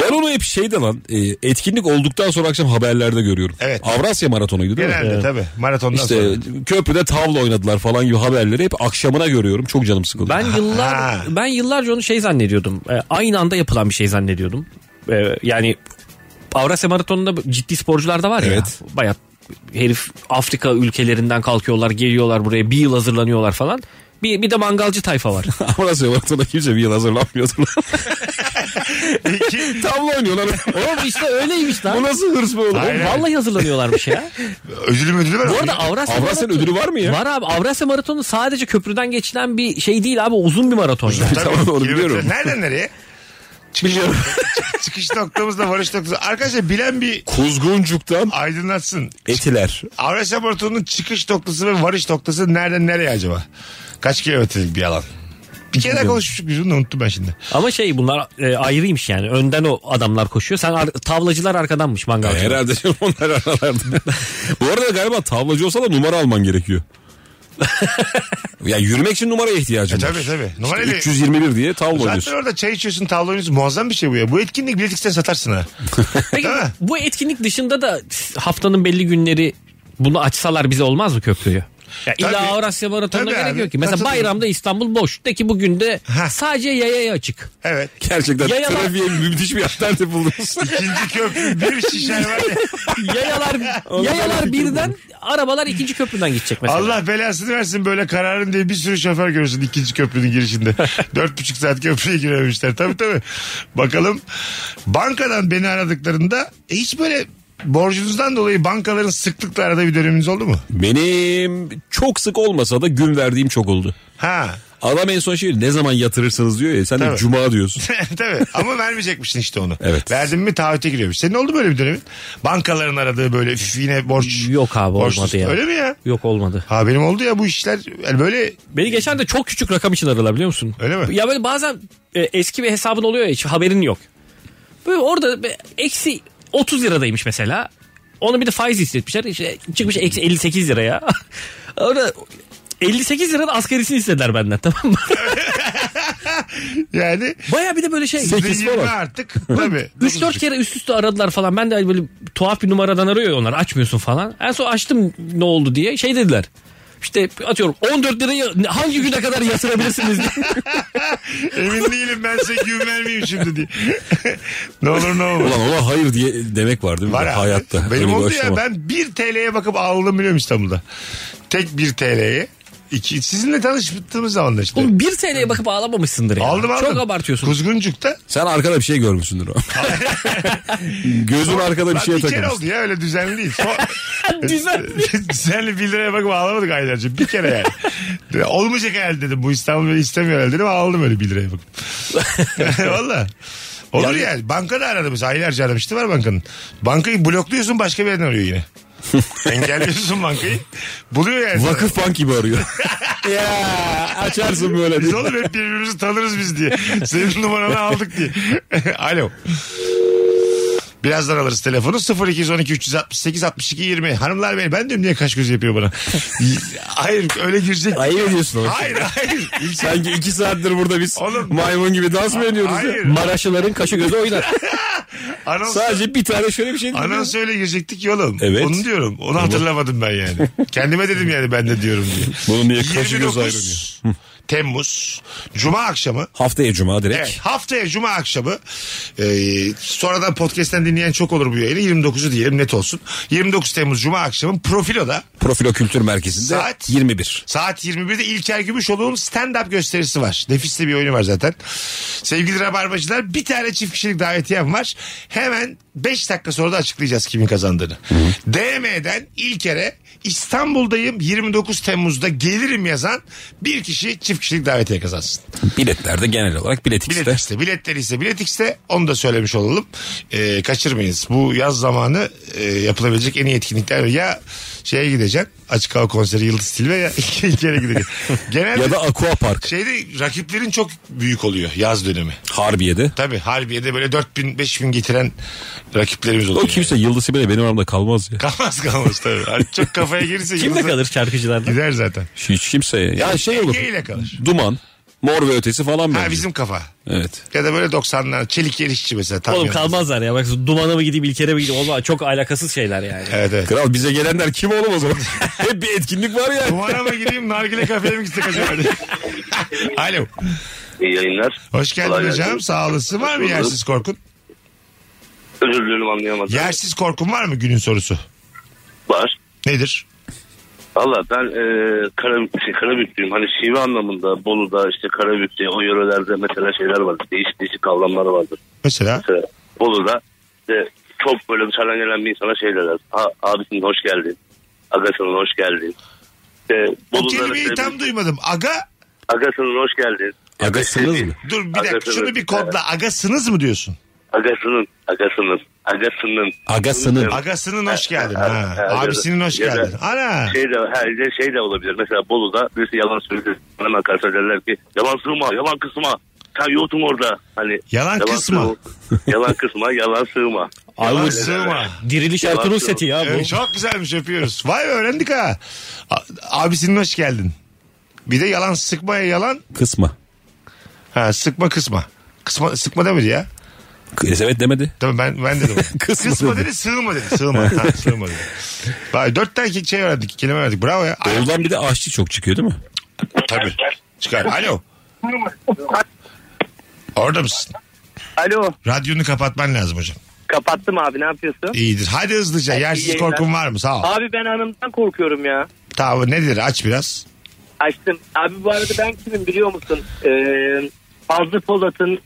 Speaker 5: Ben onu hep şeyde lan e, etkinlik olduktan sonra akşam haberlerde görüyorum.
Speaker 3: Evet.
Speaker 5: Avrasya maratonuydu değil mi?
Speaker 3: Genelde tabii. Maratondan sonra.
Speaker 5: İşte köprüde tavla oynadılar falan gibi haberleri hep akşamına görüyorum. Çok canım sıkıldı.
Speaker 4: Ben yıllar
Speaker 3: Ha.
Speaker 4: ben yıllarca onu şey zannediyordum. E, aynı anda yapılan bir şey zannediyordum. E, yani Avrasya Maratonu'nda ciddi sporcular da var ya.
Speaker 5: Evet.
Speaker 4: Bayağı herif Afrika ülkelerinden kalkıyorlar, geliyorlar buraya. Bir yıl hazırlanıyorlar falan. Bir, bir de mangalcı tayfa var.
Speaker 5: Avrasya maratona kimse bir yıl hazırlanmıyordu lan.
Speaker 3: Peki,
Speaker 5: tavla oynuyorlar.
Speaker 4: Oğlum işte öyleymiş lan.
Speaker 5: Bu nasıl hırs böyle?
Speaker 4: Oğlum
Speaker 3: Aynen.
Speaker 4: vallahi hazırlanıyorlarmış ya.
Speaker 3: ödülüm ödülü var.
Speaker 4: Bu arada Avrasya,
Speaker 5: Avrasya'nın
Speaker 4: Maratonu-
Speaker 5: ödülü var mı ya?
Speaker 4: Var abi. Avrasya Maratonu sadece köprüden geçilen bir şey değil abi. Uzun bir maraton. yani.
Speaker 3: Tabii,
Speaker 5: Tamam, onu
Speaker 3: kilometre-
Speaker 5: biliyorum.
Speaker 3: Nereden nereye? Çıkış, çıkış noktamızla varış noktamız. Arkadaşlar bilen bir
Speaker 5: Kuzguncuk'tan
Speaker 3: aydınlatsın.
Speaker 5: Etiler.
Speaker 3: Avrasya Maratonu'nun çıkış noktası ve varış noktası nereden nereye acaba? Kaç kilometrelik bir alan? Bir kere daha konuşmuştuk biz bunu da unuttum ben şimdi.
Speaker 4: Ama şey bunlar e, ayrıymış yani. Önden o adamlar koşuyor. Sen ar- tavlacılar arkadanmış mangalcılar.
Speaker 5: Herhalde canım onlar aralarda. Bu arada galiba tavlacı olsa da numara alman gerekiyor. ya yürümek için numaraya ihtiyacın var.
Speaker 3: E, Tabii tabii. Numarayla...
Speaker 5: İşte 321 diye tavla
Speaker 3: Zaten
Speaker 5: oynuyorsun.
Speaker 3: orada çay içiyorsun, tavla oynuyorsun. Muazzam bir şey bu ya. Bu etkinlik biletikse satarsın ha.
Speaker 4: Peki
Speaker 3: Değil mi?
Speaker 4: bu etkinlik dışında da haftanın belli günleri bunu açsalar bize olmaz mı köprüyü? Ya illa
Speaker 3: Tabii.
Speaker 4: Avrasya Maratonu'na
Speaker 3: Tabii
Speaker 4: gerek
Speaker 3: abi.
Speaker 4: yok ki. Mesela
Speaker 3: Katılıyorum.
Speaker 4: bayramda İstanbul boş. De ki bugün de
Speaker 3: Ha.
Speaker 4: sadece yayaya açık.
Speaker 3: Evet.
Speaker 5: Gerçekten
Speaker 4: Yayalar-
Speaker 5: trafiğe müthiş bir alternatif buldunuz.
Speaker 3: İkinci köprü bir şişer var ya.
Speaker 4: Yayalar yayalar birden arabalar ikinci köprüden gidecek mesela.
Speaker 3: Allah belasını versin böyle kararın diye bir sürü şoför görürsün ikinci köprünün girişinde. Dört buçuk saat köprüye girememişler. Tabii tabii. Bakalım bankadan beni aradıklarında e, hiç böyle borcunuzdan dolayı bankaların sıklıkla arada bir döneminiz oldu mu?
Speaker 5: Benim çok sık olmasa da gün verdiğim çok oldu.
Speaker 3: Ha.
Speaker 5: Adam en son şey ne zaman yatırırsınız diyor ya sen de
Speaker 3: Tabii.
Speaker 5: cuma diyorsun.
Speaker 3: tabii ama vermeyecekmişsin işte onu.
Speaker 5: Evet.
Speaker 3: Verdin mi taahhüte giriyormuş. Senin oldu böyle bir dönemin? Bankaların aradığı böyle üf, yine borç.
Speaker 4: Yok abi
Speaker 3: borçlusun.
Speaker 4: olmadı ya.
Speaker 3: Öyle mi ya?
Speaker 4: Yok olmadı.
Speaker 3: Ha benim oldu ya bu işler yani böyle
Speaker 4: Beni geçen de çok küçük rakam için aradılar biliyor musun?
Speaker 3: Öyle mi?
Speaker 4: Ya böyle bazen e, eski bir hesabın oluyor ya hiç haberin yok. Böyle orada be- eksi 30 liradaymış mesela. Onu bir de faiz hissetmişler. İşte çıkmış eksi 58 liraya. orada 58 liranın asgarisini istediler benden tamam mı?
Speaker 3: yani
Speaker 4: Baya bir de böyle şey.
Speaker 3: sizin yirmi artık tabii.
Speaker 4: 3-4 kere üst üste aradılar falan. Ben de hani böyle tuhaf bir numaradan arıyor ya onlar. Açmıyorsun falan. En son açtım ne oldu diye. Şey dediler. İşte atıyorum 14 lirayı hangi güne kadar yatırabilirsiniz diye.
Speaker 3: Emin değilim ben size güven vermeyeyim şimdi diye. ne olur ne olur.
Speaker 5: Ulan ona hayır diye demek var değil mi?
Speaker 3: Var abi.
Speaker 5: Hayatta. Öyle
Speaker 3: Benim
Speaker 5: bir
Speaker 3: oldu ya
Speaker 5: aşama.
Speaker 3: ben 1 TL'ye bakıp ağladım biliyorum İstanbul'da. Tek 1 TL'ye. İki, sizinle tanıştığımız zamanlar işte.
Speaker 4: Oğlum 1 TL'ye bakıp ağlamamışsındır ya.
Speaker 3: aldım aldım.
Speaker 4: Çok abartıyorsun.
Speaker 3: Kuzguncuk'ta.
Speaker 5: Sen arkada bir şey görmüşsündür o. Gözün arkada bir
Speaker 3: Lan
Speaker 5: şeye
Speaker 3: bir kere
Speaker 5: takılmış.
Speaker 3: oldu ya öyle düzenli değil. Son...
Speaker 4: Düzenli.
Speaker 3: düzenli 1 liraya bakıp ağlamadık Aylar'cığım. Bir kere yani. Olmayacak herhalde dedim. Bu İstanbul beni istemiyor herhalde dedim. Ağladım öyle 1 liraya bakıp. Valla. Olur yani, bankada aradı mesela aylarca aramıştı var bankanın. Bankayı blokluyorsun başka bir yerden arıyor yine. Engelliyorsun bankayı. Buluyor yani.
Speaker 5: Vakıf bank gibi arıyor. ya açarsın böyle.
Speaker 3: Biz
Speaker 5: diye.
Speaker 3: oğlum hep birbirimizi tanırız biz diye. Senin numaranı aldık diye. Alo. Birazdan alırız telefonu 0212 368 62 20 hanımlar beyler ben diyorum niye kaş göz yapıyor bana hayır öyle girecek
Speaker 5: Ayıp ediyorsun ama.
Speaker 3: hayır hayır İlk-
Speaker 5: Sanki iki saattir burada biz
Speaker 3: Oğlum-
Speaker 5: maymun gibi dans mı ediyoruz
Speaker 3: Hayır.
Speaker 5: ya? Maraşlıların kaşı gözü oynar.
Speaker 3: anons,
Speaker 5: Sadece bir tane şöyle bir şey dedim.
Speaker 3: anons öyle girecektik ya oğlum
Speaker 5: Evet.
Speaker 3: onu diyorum onu hatırlamadım ben yani kendime dedim yani ben de diyorum diye
Speaker 5: Bunun niye kaşı göz
Speaker 3: 29
Speaker 5: ayrılıyor?
Speaker 3: Temmuz Cuma akşamı
Speaker 5: Haftaya cuma direkt.
Speaker 3: Evet, haftaya cuma akşamı e, sonradan podcast'ten dinleyen çok olur bu yayını 29'u diyelim net olsun. 29 Temmuz cuma akşamı Profilo'da
Speaker 5: Profilo Kültür Merkezi'nde
Speaker 3: Saat?
Speaker 5: 21.
Speaker 3: saat 21'de İlker Gümüşoğlu'nun stand-up gösterisi var. Nefisli bir oyunu var zaten. Sevgili Rabarbacılar bir tane çift kişilik davetiyem var. Hemen 5 dakika sonra da açıklayacağız kimin kazandığını. DM'den İlker'e İstanbul'dayım 29 Temmuz'da gelirim yazan bir kişi çift kişilik davetiye kazansın.
Speaker 5: Biletler de genel olarak bilet
Speaker 3: Bilet
Speaker 5: X'te.
Speaker 3: X'te. Biletleri ise Bilet X'te. Onu da söylemiş olalım. Ee, kaçırmayız. Bu yaz zamanı e, yapılabilecek en iyi etkinlikler. Ya şeye gideceksin. Açık hava konseri Yıldız Tilbe ya iki yere gideceksin. Genelde
Speaker 5: Ya da Aqua Park
Speaker 3: şeyde rakiplerin çok büyük oluyor yaz dönemi.
Speaker 5: Harbiye'de.
Speaker 3: Tabii Harbiye'de böyle 4000 5000 getiren rakiplerimiz oluyor.
Speaker 5: O kimse Yıldız Sibel'e benim aramda kalmaz ya.
Speaker 3: Kalmaz kalmaz tabii. Hani çok kafaya girirse
Speaker 4: Kimde
Speaker 3: Yıldız'a
Speaker 4: kalır şarkıcılarda?
Speaker 3: Gider zaten.
Speaker 5: Hiç kimse ya. Ya şey olur.
Speaker 3: Ege ile kalır.
Speaker 5: Duman, Mor ve Ötesi falan
Speaker 3: Ha
Speaker 5: bence.
Speaker 3: bizim kafa.
Speaker 5: Evet.
Speaker 3: Ya da böyle 90'lar. Çelik Yelişçi mesela. tam
Speaker 4: Oğlum
Speaker 3: yanımızda.
Speaker 4: kalmazlar ya. Bak dumana mı gideyim İlker'e mi gideyim? Oğlum çok alakasız şeyler yani.
Speaker 3: Evet evet.
Speaker 5: Kral bize gelenler kim oğlum o zaman? Hep bir etkinlik var ya.
Speaker 3: Duvara mı gireyim nargile kafeye mi gitsek acaba? diye. Alo.
Speaker 9: İyi yayınlar.
Speaker 3: Hoş geldin
Speaker 9: Kolay
Speaker 3: hocam.
Speaker 9: gelsin.
Speaker 3: Sağ olasın. Var mı
Speaker 9: Hoş bulduk.
Speaker 3: yersiz korkun?
Speaker 9: Özür dilerim anlayamadım.
Speaker 3: Yersiz korkun var mı günün sorusu?
Speaker 9: Var.
Speaker 3: Nedir?
Speaker 9: Valla ben e, Karabük, şey, Karabüklüyüm. Hani şive anlamında Bolu'da işte Karabük'te o yörelerde mesela şeyler vardır. Değişik değişik kavramlar vardır.
Speaker 3: Mesela
Speaker 9: Mesela Bolu'da işte çok böyle dışarıdan gelen bir insana şey derler. Ha, abisinin hoş geldin. Agasının hoş geldin. İşte
Speaker 3: bu
Speaker 9: Bolu'da
Speaker 3: kelimeyi
Speaker 9: mesela
Speaker 3: tam duymadım. Aga
Speaker 9: Agasının hoş geldin.
Speaker 5: Agasınız mı?
Speaker 3: dur bir dakika
Speaker 9: Agasınız.
Speaker 3: şunu bir kodla. Agasınız mı diyorsun?
Speaker 9: Agasının, agasının, agasının.
Speaker 5: Agasının.
Speaker 3: Agasının hoş geldin.
Speaker 9: Ha,
Speaker 3: Ha.
Speaker 9: ha,
Speaker 3: Abisinin hoş
Speaker 9: ya da-
Speaker 3: geldin. Ana.
Speaker 9: Şey de, ha, bir de şey de olabilir. Mesela Bolu'da birisi yalan söylüyor. Hemen karşı derler ki yalan sığma, yalan kısma. Sen yoğutun orada. Hani
Speaker 3: Yalan kısma.
Speaker 9: sığma- yalan kısma, yalan sığma.
Speaker 3: Yalan sığma.
Speaker 4: Diriliş Ertuğrul seti ya bu.
Speaker 3: Evet, çok güzelmiş öpüyoruz. Vay be, öğrendik ha. A- abisinin hoş geldin. Bir de yalan sıkmaya yalan.
Speaker 5: Kısma.
Speaker 3: Ha sıkma kısma. Kısma sıkma demedi ya.
Speaker 5: Evet demedi.
Speaker 3: Tamam ben ben dedim.
Speaker 5: Kısma
Speaker 3: Kısma, Kısma
Speaker 5: dedi.
Speaker 3: dedi, sığma dedi. Sığma. ha, sığma dedi. Vay, dört tane şey verdik, kelime verdik. Bravo ya. Ay,
Speaker 5: Oğuldan bir de aşçı çok çıkıyor değil mi?
Speaker 3: tabii. Çıkar. Alo. Orada mısın?
Speaker 7: Alo
Speaker 3: Radyonu kapatman lazım hocam.
Speaker 7: kapattım abi ne yapıyorsun?
Speaker 3: İyidir. Hadi hızlıca. Yersiz
Speaker 7: yayınlar.
Speaker 3: korkun var mı? Sağ ol.
Speaker 7: Abi ben hanımdan korkuyorum ya.
Speaker 3: Tamam nedir? Aç biraz.
Speaker 7: Açtım. Abi bu arada ben kimim biliyor musun? Ee, Fazlı Polat'ın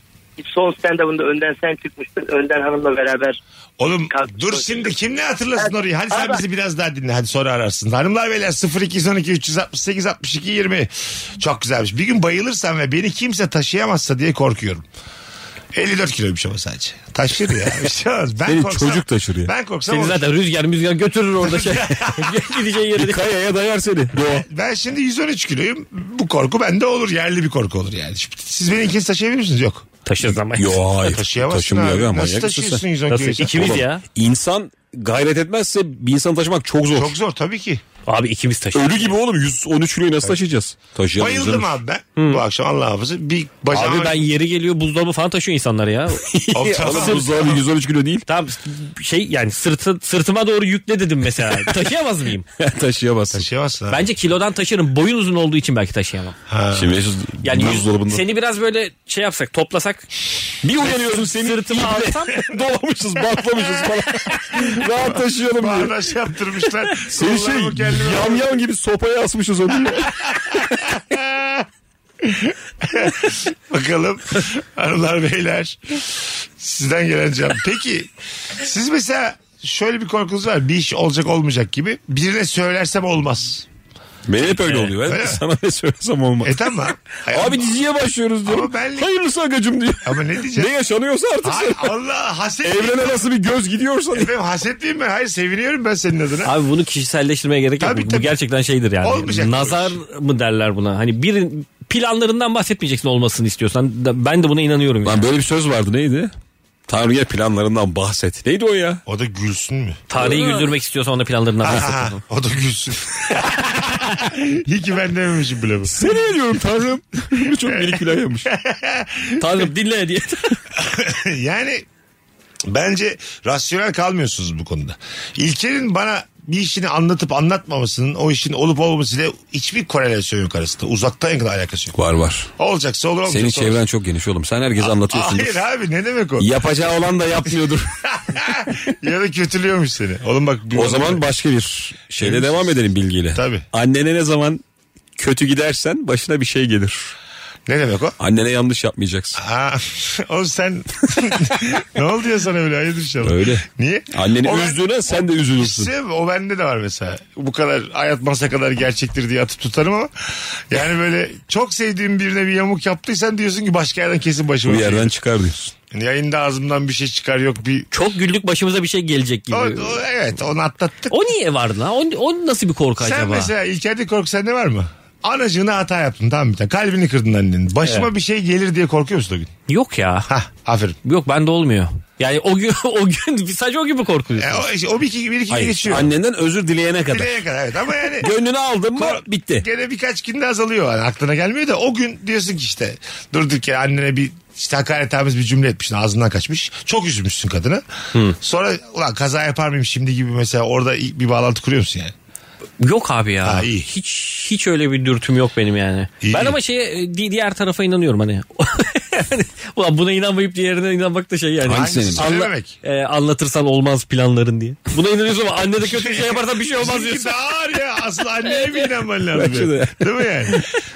Speaker 7: son stand-up'ında önden sen çıkmıştın. Önden hanımla beraber.
Speaker 3: Oğlum
Speaker 7: Kalk-
Speaker 3: dur şimdi kim ne hatırlasın
Speaker 7: Hadi.
Speaker 3: orayı? Hadi sen
Speaker 7: Hadi.
Speaker 3: bizi biraz daha dinle. Hadi sonra ararsın. Hanımlar beyler 0212 368 62 20. Çok güzelmiş. Bir gün bayılırsam ve beni kimse taşıyamazsa diye korkuyorum. 54 kiloymuş ama sadece. Taşır ya. Bir şey olmaz. Ben
Speaker 5: Seni
Speaker 3: korksam,
Speaker 5: çocuk taşır ya.
Speaker 3: Ben korksam
Speaker 4: Seni
Speaker 3: olur.
Speaker 4: zaten rüzgar müzgar götürür orada şey. Gideceğin yere.
Speaker 5: Kayaya dayar seni. Doğa.
Speaker 3: Ben şimdi 113 kiloyum. Bu korku bende olur. Yerli bir korku olur yani. Şimdi Siz beni ikiniz taşıyabilir misiniz? Yok.
Speaker 4: Taşır zaman.
Speaker 5: Yo hayır.
Speaker 3: Taşıyamazsın
Speaker 5: Taşımıyor
Speaker 3: abi.
Speaker 5: ya, manyak
Speaker 3: Nasıl
Speaker 5: mısın
Speaker 3: taşıyorsun
Speaker 5: sen?
Speaker 3: 110
Speaker 4: Nasıl?
Speaker 3: kiloyu? sen?
Speaker 4: İkimiz ya.
Speaker 5: İnsan gayret etmezse bir insanı taşımak çok zor.
Speaker 3: Çok zor tabii ki.
Speaker 4: Abi ikimiz taşır.
Speaker 5: Ölü gibi oğlum 113 kiloyu nasıl taşıyacağız? Taşıyalım.
Speaker 3: Bayıldım abi ben. Bu akşam Allah hafızı. Bir bacağım.
Speaker 4: Abi ben yeri geliyor buzdolabı falan taşıyor insanlar ya.
Speaker 5: Oğlum buzdolabı 113 kilo değil.
Speaker 4: Tam şey yani sırtı, sırtıma doğru yükle dedim mesela. Taşıyamaz mıyım?
Speaker 5: Taşıyamazsın.
Speaker 3: Taşıyamazsın abi.
Speaker 4: Bence kilodan taşırım. Boyun uzun olduğu için belki taşıyamam.
Speaker 5: Şimdi Mesut
Speaker 4: Yani yüz-
Speaker 5: buzdolabında.
Speaker 4: seni biraz böyle şey yapsak toplasak.
Speaker 5: Bir uyanıyorsun seni
Speaker 4: Sırtıma alsam.
Speaker 5: dolamışız, bantlamışız falan. Rahat taşıyalım diye.
Speaker 3: Bağdaş şey yaptırmışlar.
Speaker 5: Seni şey
Speaker 3: Kulağıma kendime-
Speaker 5: yamyam gibi sopaya asmışız onu.
Speaker 3: Bakalım hanımlar beyler sizden gelen cevap. Peki siz mesela şöyle bir korkunuz var bir iş olacak olmayacak gibi birine söylersem olmaz.
Speaker 5: Benim hep öyle oluyor. Ben
Speaker 3: Öyle mi?
Speaker 5: sana ne söylesem olmaz.
Speaker 3: E tamam. Ay,
Speaker 5: Abi diziye başlıyoruz diyorum.
Speaker 3: Ama benlik-
Speaker 5: Hayırlısı agacım diyor.
Speaker 3: Ama ne
Speaker 5: Ne
Speaker 3: diyeceğim?
Speaker 5: yaşanıyorsa artık
Speaker 3: Hayır,
Speaker 5: sen.
Speaker 3: Allah haset.
Speaker 5: Evrene nasıl bir göz gidiyorsa. diye.
Speaker 3: Efendim haset miyim ben? Hayır seviniyorum ben senin adına.
Speaker 4: Abi bunu kişiselleştirmeye gerek yok.
Speaker 3: Tabii,
Speaker 4: Bu-
Speaker 3: tabii.
Speaker 4: Bu gerçekten şeydir yani.
Speaker 3: Olmayacak bu
Speaker 4: Nazar mı derler buna? Hani birin planlarından bahsetmeyeceksin olmasını istiyorsan. Da- Ben de buna inanıyorum.
Speaker 5: Lan
Speaker 4: yani.
Speaker 5: böyle bir söz vardı neydi? Tanrı'ya planlarından bahset. Neydi o ya?
Speaker 3: O da gülsün mü?
Speaker 4: Tarihi güldürmek istiyorsan ona planlarından
Speaker 3: Aha,
Speaker 4: bahset.
Speaker 3: o da gülsün. İyi ki ben dememişim bile bu.
Speaker 5: Seni ediyorum Tanrım. Bu çok minik plan yapmış.
Speaker 4: Tanrım dinle diye.
Speaker 3: yani bence rasyonel kalmıyorsunuz bu konuda. İlker'in bana bir işini anlatıp anlatmamasının o işin olup olmamasıyla hiçbir korelasyon yok arasında. Uzaktan yakın alakası yok.
Speaker 5: Var var.
Speaker 3: Olacaksa olur olmayacaksa
Speaker 5: Senin
Speaker 3: olur.
Speaker 5: çevren çok geniş oğlum. Sen herkese anlatıyorsun.
Speaker 3: Hayır abi ne demek o?
Speaker 5: Yapacağı olan da yapmıyordur.
Speaker 3: ya da kötülüyormuş seni. Oğlum bak. bir-
Speaker 5: o zaman başka bir şeyle devam edelim bilgiyle.
Speaker 3: Tabii.
Speaker 5: Annene ne zaman kötü gidersen başına bir şey gelir.
Speaker 3: Ne demek o?
Speaker 5: Annene yanlış yapmayacaksın.
Speaker 3: Ha, oğlum sen ne oldu ya sana öyle hayırdır inşallah.
Speaker 5: Öyle.
Speaker 3: Niye?
Speaker 5: Anneni
Speaker 3: O ben-
Speaker 5: üzdüğüne sen de üzülürsün.
Speaker 3: Şey mi? o bende de var mesela. Bu kadar hayat masa kadar gerçektir diye atıp tutarım ama yani böyle çok sevdiğim birine bir yamuk yaptıysan diyorsun ki başka yerden kesin başıma. şey
Speaker 5: Bir yerden çıkar diyorsun.
Speaker 3: Yayında ağzımdan bir şey çıkar yok bir...
Speaker 4: Çok güldük başımıza bir şey gelecek gibi.
Speaker 3: O, o- evet onu atlattık.
Speaker 4: O niye vardı lan? O, o nasıl bir korku
Speaker 3: Sen
Speaker 4: acaba?
Speaker 3: mesela İlker'de korku sende var mı? Anacığına hata yaptın tamam mı? Kalbini kırdın annenin. Başıma bir şey gelir diye korkuyor musun o gün?
Speaker 4: Yok ya.
Speaker 3: Hah aferin.
Speaker 4: Yok bende olmuyor. Yani o gün o gün sadece o gün mü
Speaker 3: E,
Speaker 4: korkuyorsun?
Speaker 3: o, işte o bir iki, bir iki gün
Speaker 5: Hayır.
Speaker 3: geçiyor.
Speaker 5: Annenden özür dileyene kadar.
Speaker 3: Nereye kadar evet ama yani...
Speaker 5: Gönlünü aldın mı bitti.
Speaker 3: Gene birkaç günde azalıyor yani aklına gelmiyor da o gün diyorsun ki işte durduk ya annene bir işte hakaret bir cümle etmişsin ağzından kaçmış. Çok üzülmüşsün kadını.
Speaker 5: Hmm.
Speaker 3: Sonra ulan kaza yapar mıyım şimdi gibi mesela orada iyi bir bağlantı kuruyor musun yani?
Speaker 4: Yok abi ya.
Speaker 3: Ha, iyi.
Speaker 4: Hiç hiç öyle bir dürtüm yok benim yani.
Speaker 3: İyi.
Speaker 4: Ben ama şeye e, di- diğer tarafa inanıyorum hani. Ulan buna inanmayıp diğerine inanmak da şey yani.
Speaker 5: Hangisi? Senin.
Speaker 3: Söylemek.
Speaker 4: E, anlatırsan olmaz planların diye. Buna inanıyorsun ama anne de kötü bir şey yaparsan bir şey olmaz
Speaker 3: Bizimki
Speaker 4: diyorsun.
Speaker 3: daha ağır ya. Aslında anneye mi inanman lazım?
Speaker 5: Bence de.
Speaker 3: Değil mi yani?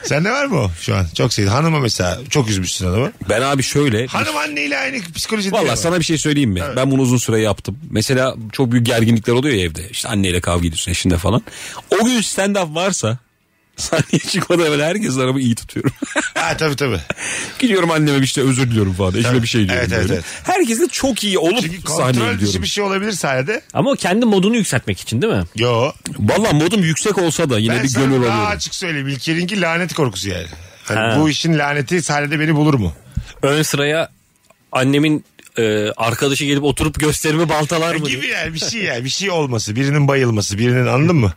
Speaker 3: Sende var mı o şu an? Çok sevdim. Hanıma mesela çok üzmüşsün hanımı.
Speaker 5: Ben abi şöyle.
Speaker 3: Hanım anneyle aynı psikolojide.
Speaker 5: Valla
Speaker 3: değil mi?
Speaker 5: sana bir şey söyleyeyim mi? Ben bunu uzun süre yaptım. Mesela çok büyük gerginlikler oluyor ya evde. İşte anneyle kavga ediyorsun eşinle falan. O gün stand up varsa sahneye çıkmadan evvel herkes araba iyi tutuyorum.
Speaker 3: Ha tabii tabii.
Speaker 5: Gidiyorum anneme bir şey özür diliyorum falan. Eşime
Speaker 3: Tabii.
Speaker 5: bir şey diyorum.
Speaker 3: Evet, evet,
Speaker 5: böyle.
Speaker 3: evet.
Speaker 5: Herkes de çok iyi olup
Speaker 3: Çünkü
Speaker 5: sahneye
Speaker 3: kontrol dışı
Speaker 5: gidiyorum.
Speaker 3: bir şey olabilir sahnede.
Speaker 4: Ama o kendi modunu yükseltmek için değil mi?
Speaker 3: Yo.
Speaker 5: Valla modum yüksek olsa da yine
Speaker 3: Ben
Speaker 5: bir
Speaker 3: sana
Speaker 5: gönül
Speaker 3: daha
Speaker 5: alıyorum.
Speaker 3: açık söyleyeyim. İlker'inki lanet korkusu yani. Hani
Speaker 4: Ha.
Speaker 3: bu işin laneti sahnede beni bulur mu?
Speaker 4: Ön sıraya annemin e, arkadaşı gelip oturup gösterimi baltalar mı? diye.
Speaker 3: Gibi yani bir şey yani bir şey olması birinin bayılması birinin anladın mı?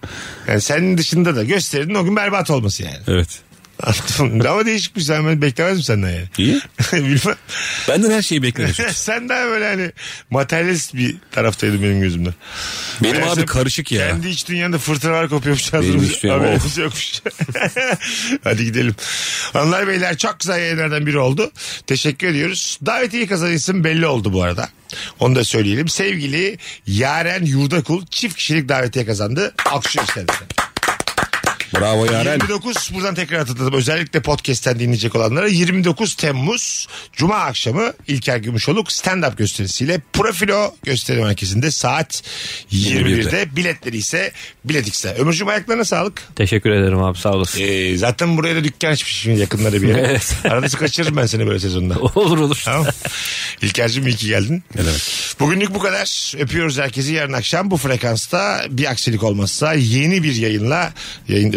Speaker 3: Yani senin dışında da gösterinin o gün berbat olması yani.
Speaker 5: Evet.
Speaker 3: Anladın mı? Ama değişik bir şey. Ben beklemezdim senden yani.
Speaker 5: İyi.
Speaker 3: Bilmem.
Speaker 5: Benden her şeyi bekliyorsun.
Speaker 3: Sen daha böyle hani materyalist bir taraftaydın benim gözümde.
Speaker 5: Benim
Speaker 3: Meğerse
Speaker 5: abi karışık ya.
Speaker 3: Kendi iç dünyanda fırtınalar şey kopuyormuş. Benim
Speaker 5: iç dünyam,
Speaker 3: Haberimiz yokmuş. şey Hadi gidelim. Hanımlar beyler çok güzel yayınlardan biri oldu. Teşekkür ediyoruz. Davetiye kazanan isim belli oldu bu arada. Onu da söyleyelim. Sevgili Yaren Yurdakul çift kişilik davetiye kazandı. Alkışlıyoruz kendisine.
Speaker 5: Bravo Yaren.
Speaker 3: 29 buradan tekrar hatırladım. Özellikle podcast'ten dinleyecek olanlara 29 Temmuz Cuma akşamı İlker Gümüşoluk stand-up gösterisiyle Profilo gösteri merkezinde saat 21'de. Biletleri ise biletikse. Ömürcüğüm ayaklarına sağlık.
Speaker 4: Teşekkür ederim abi sağ
Speaker 5: E,
Speaker 4: olasın.
Speaker 3: Ee, zaten buraya da dükkan açmışsın yakınlara bir yere.
Speaker 4: Evet.
Speaker 3: Arada kaçırırım ben seni böyle sezonda.
Speaker 4: olur olur.
Speaker 3: Tamam. İlker'cim iyi ki geldin. Bugünlük bu kadar. Öpüyoruz herkesi. Yarın akşam bu frekansta bir aksilik olmazsa yeni bir yayınla yayın,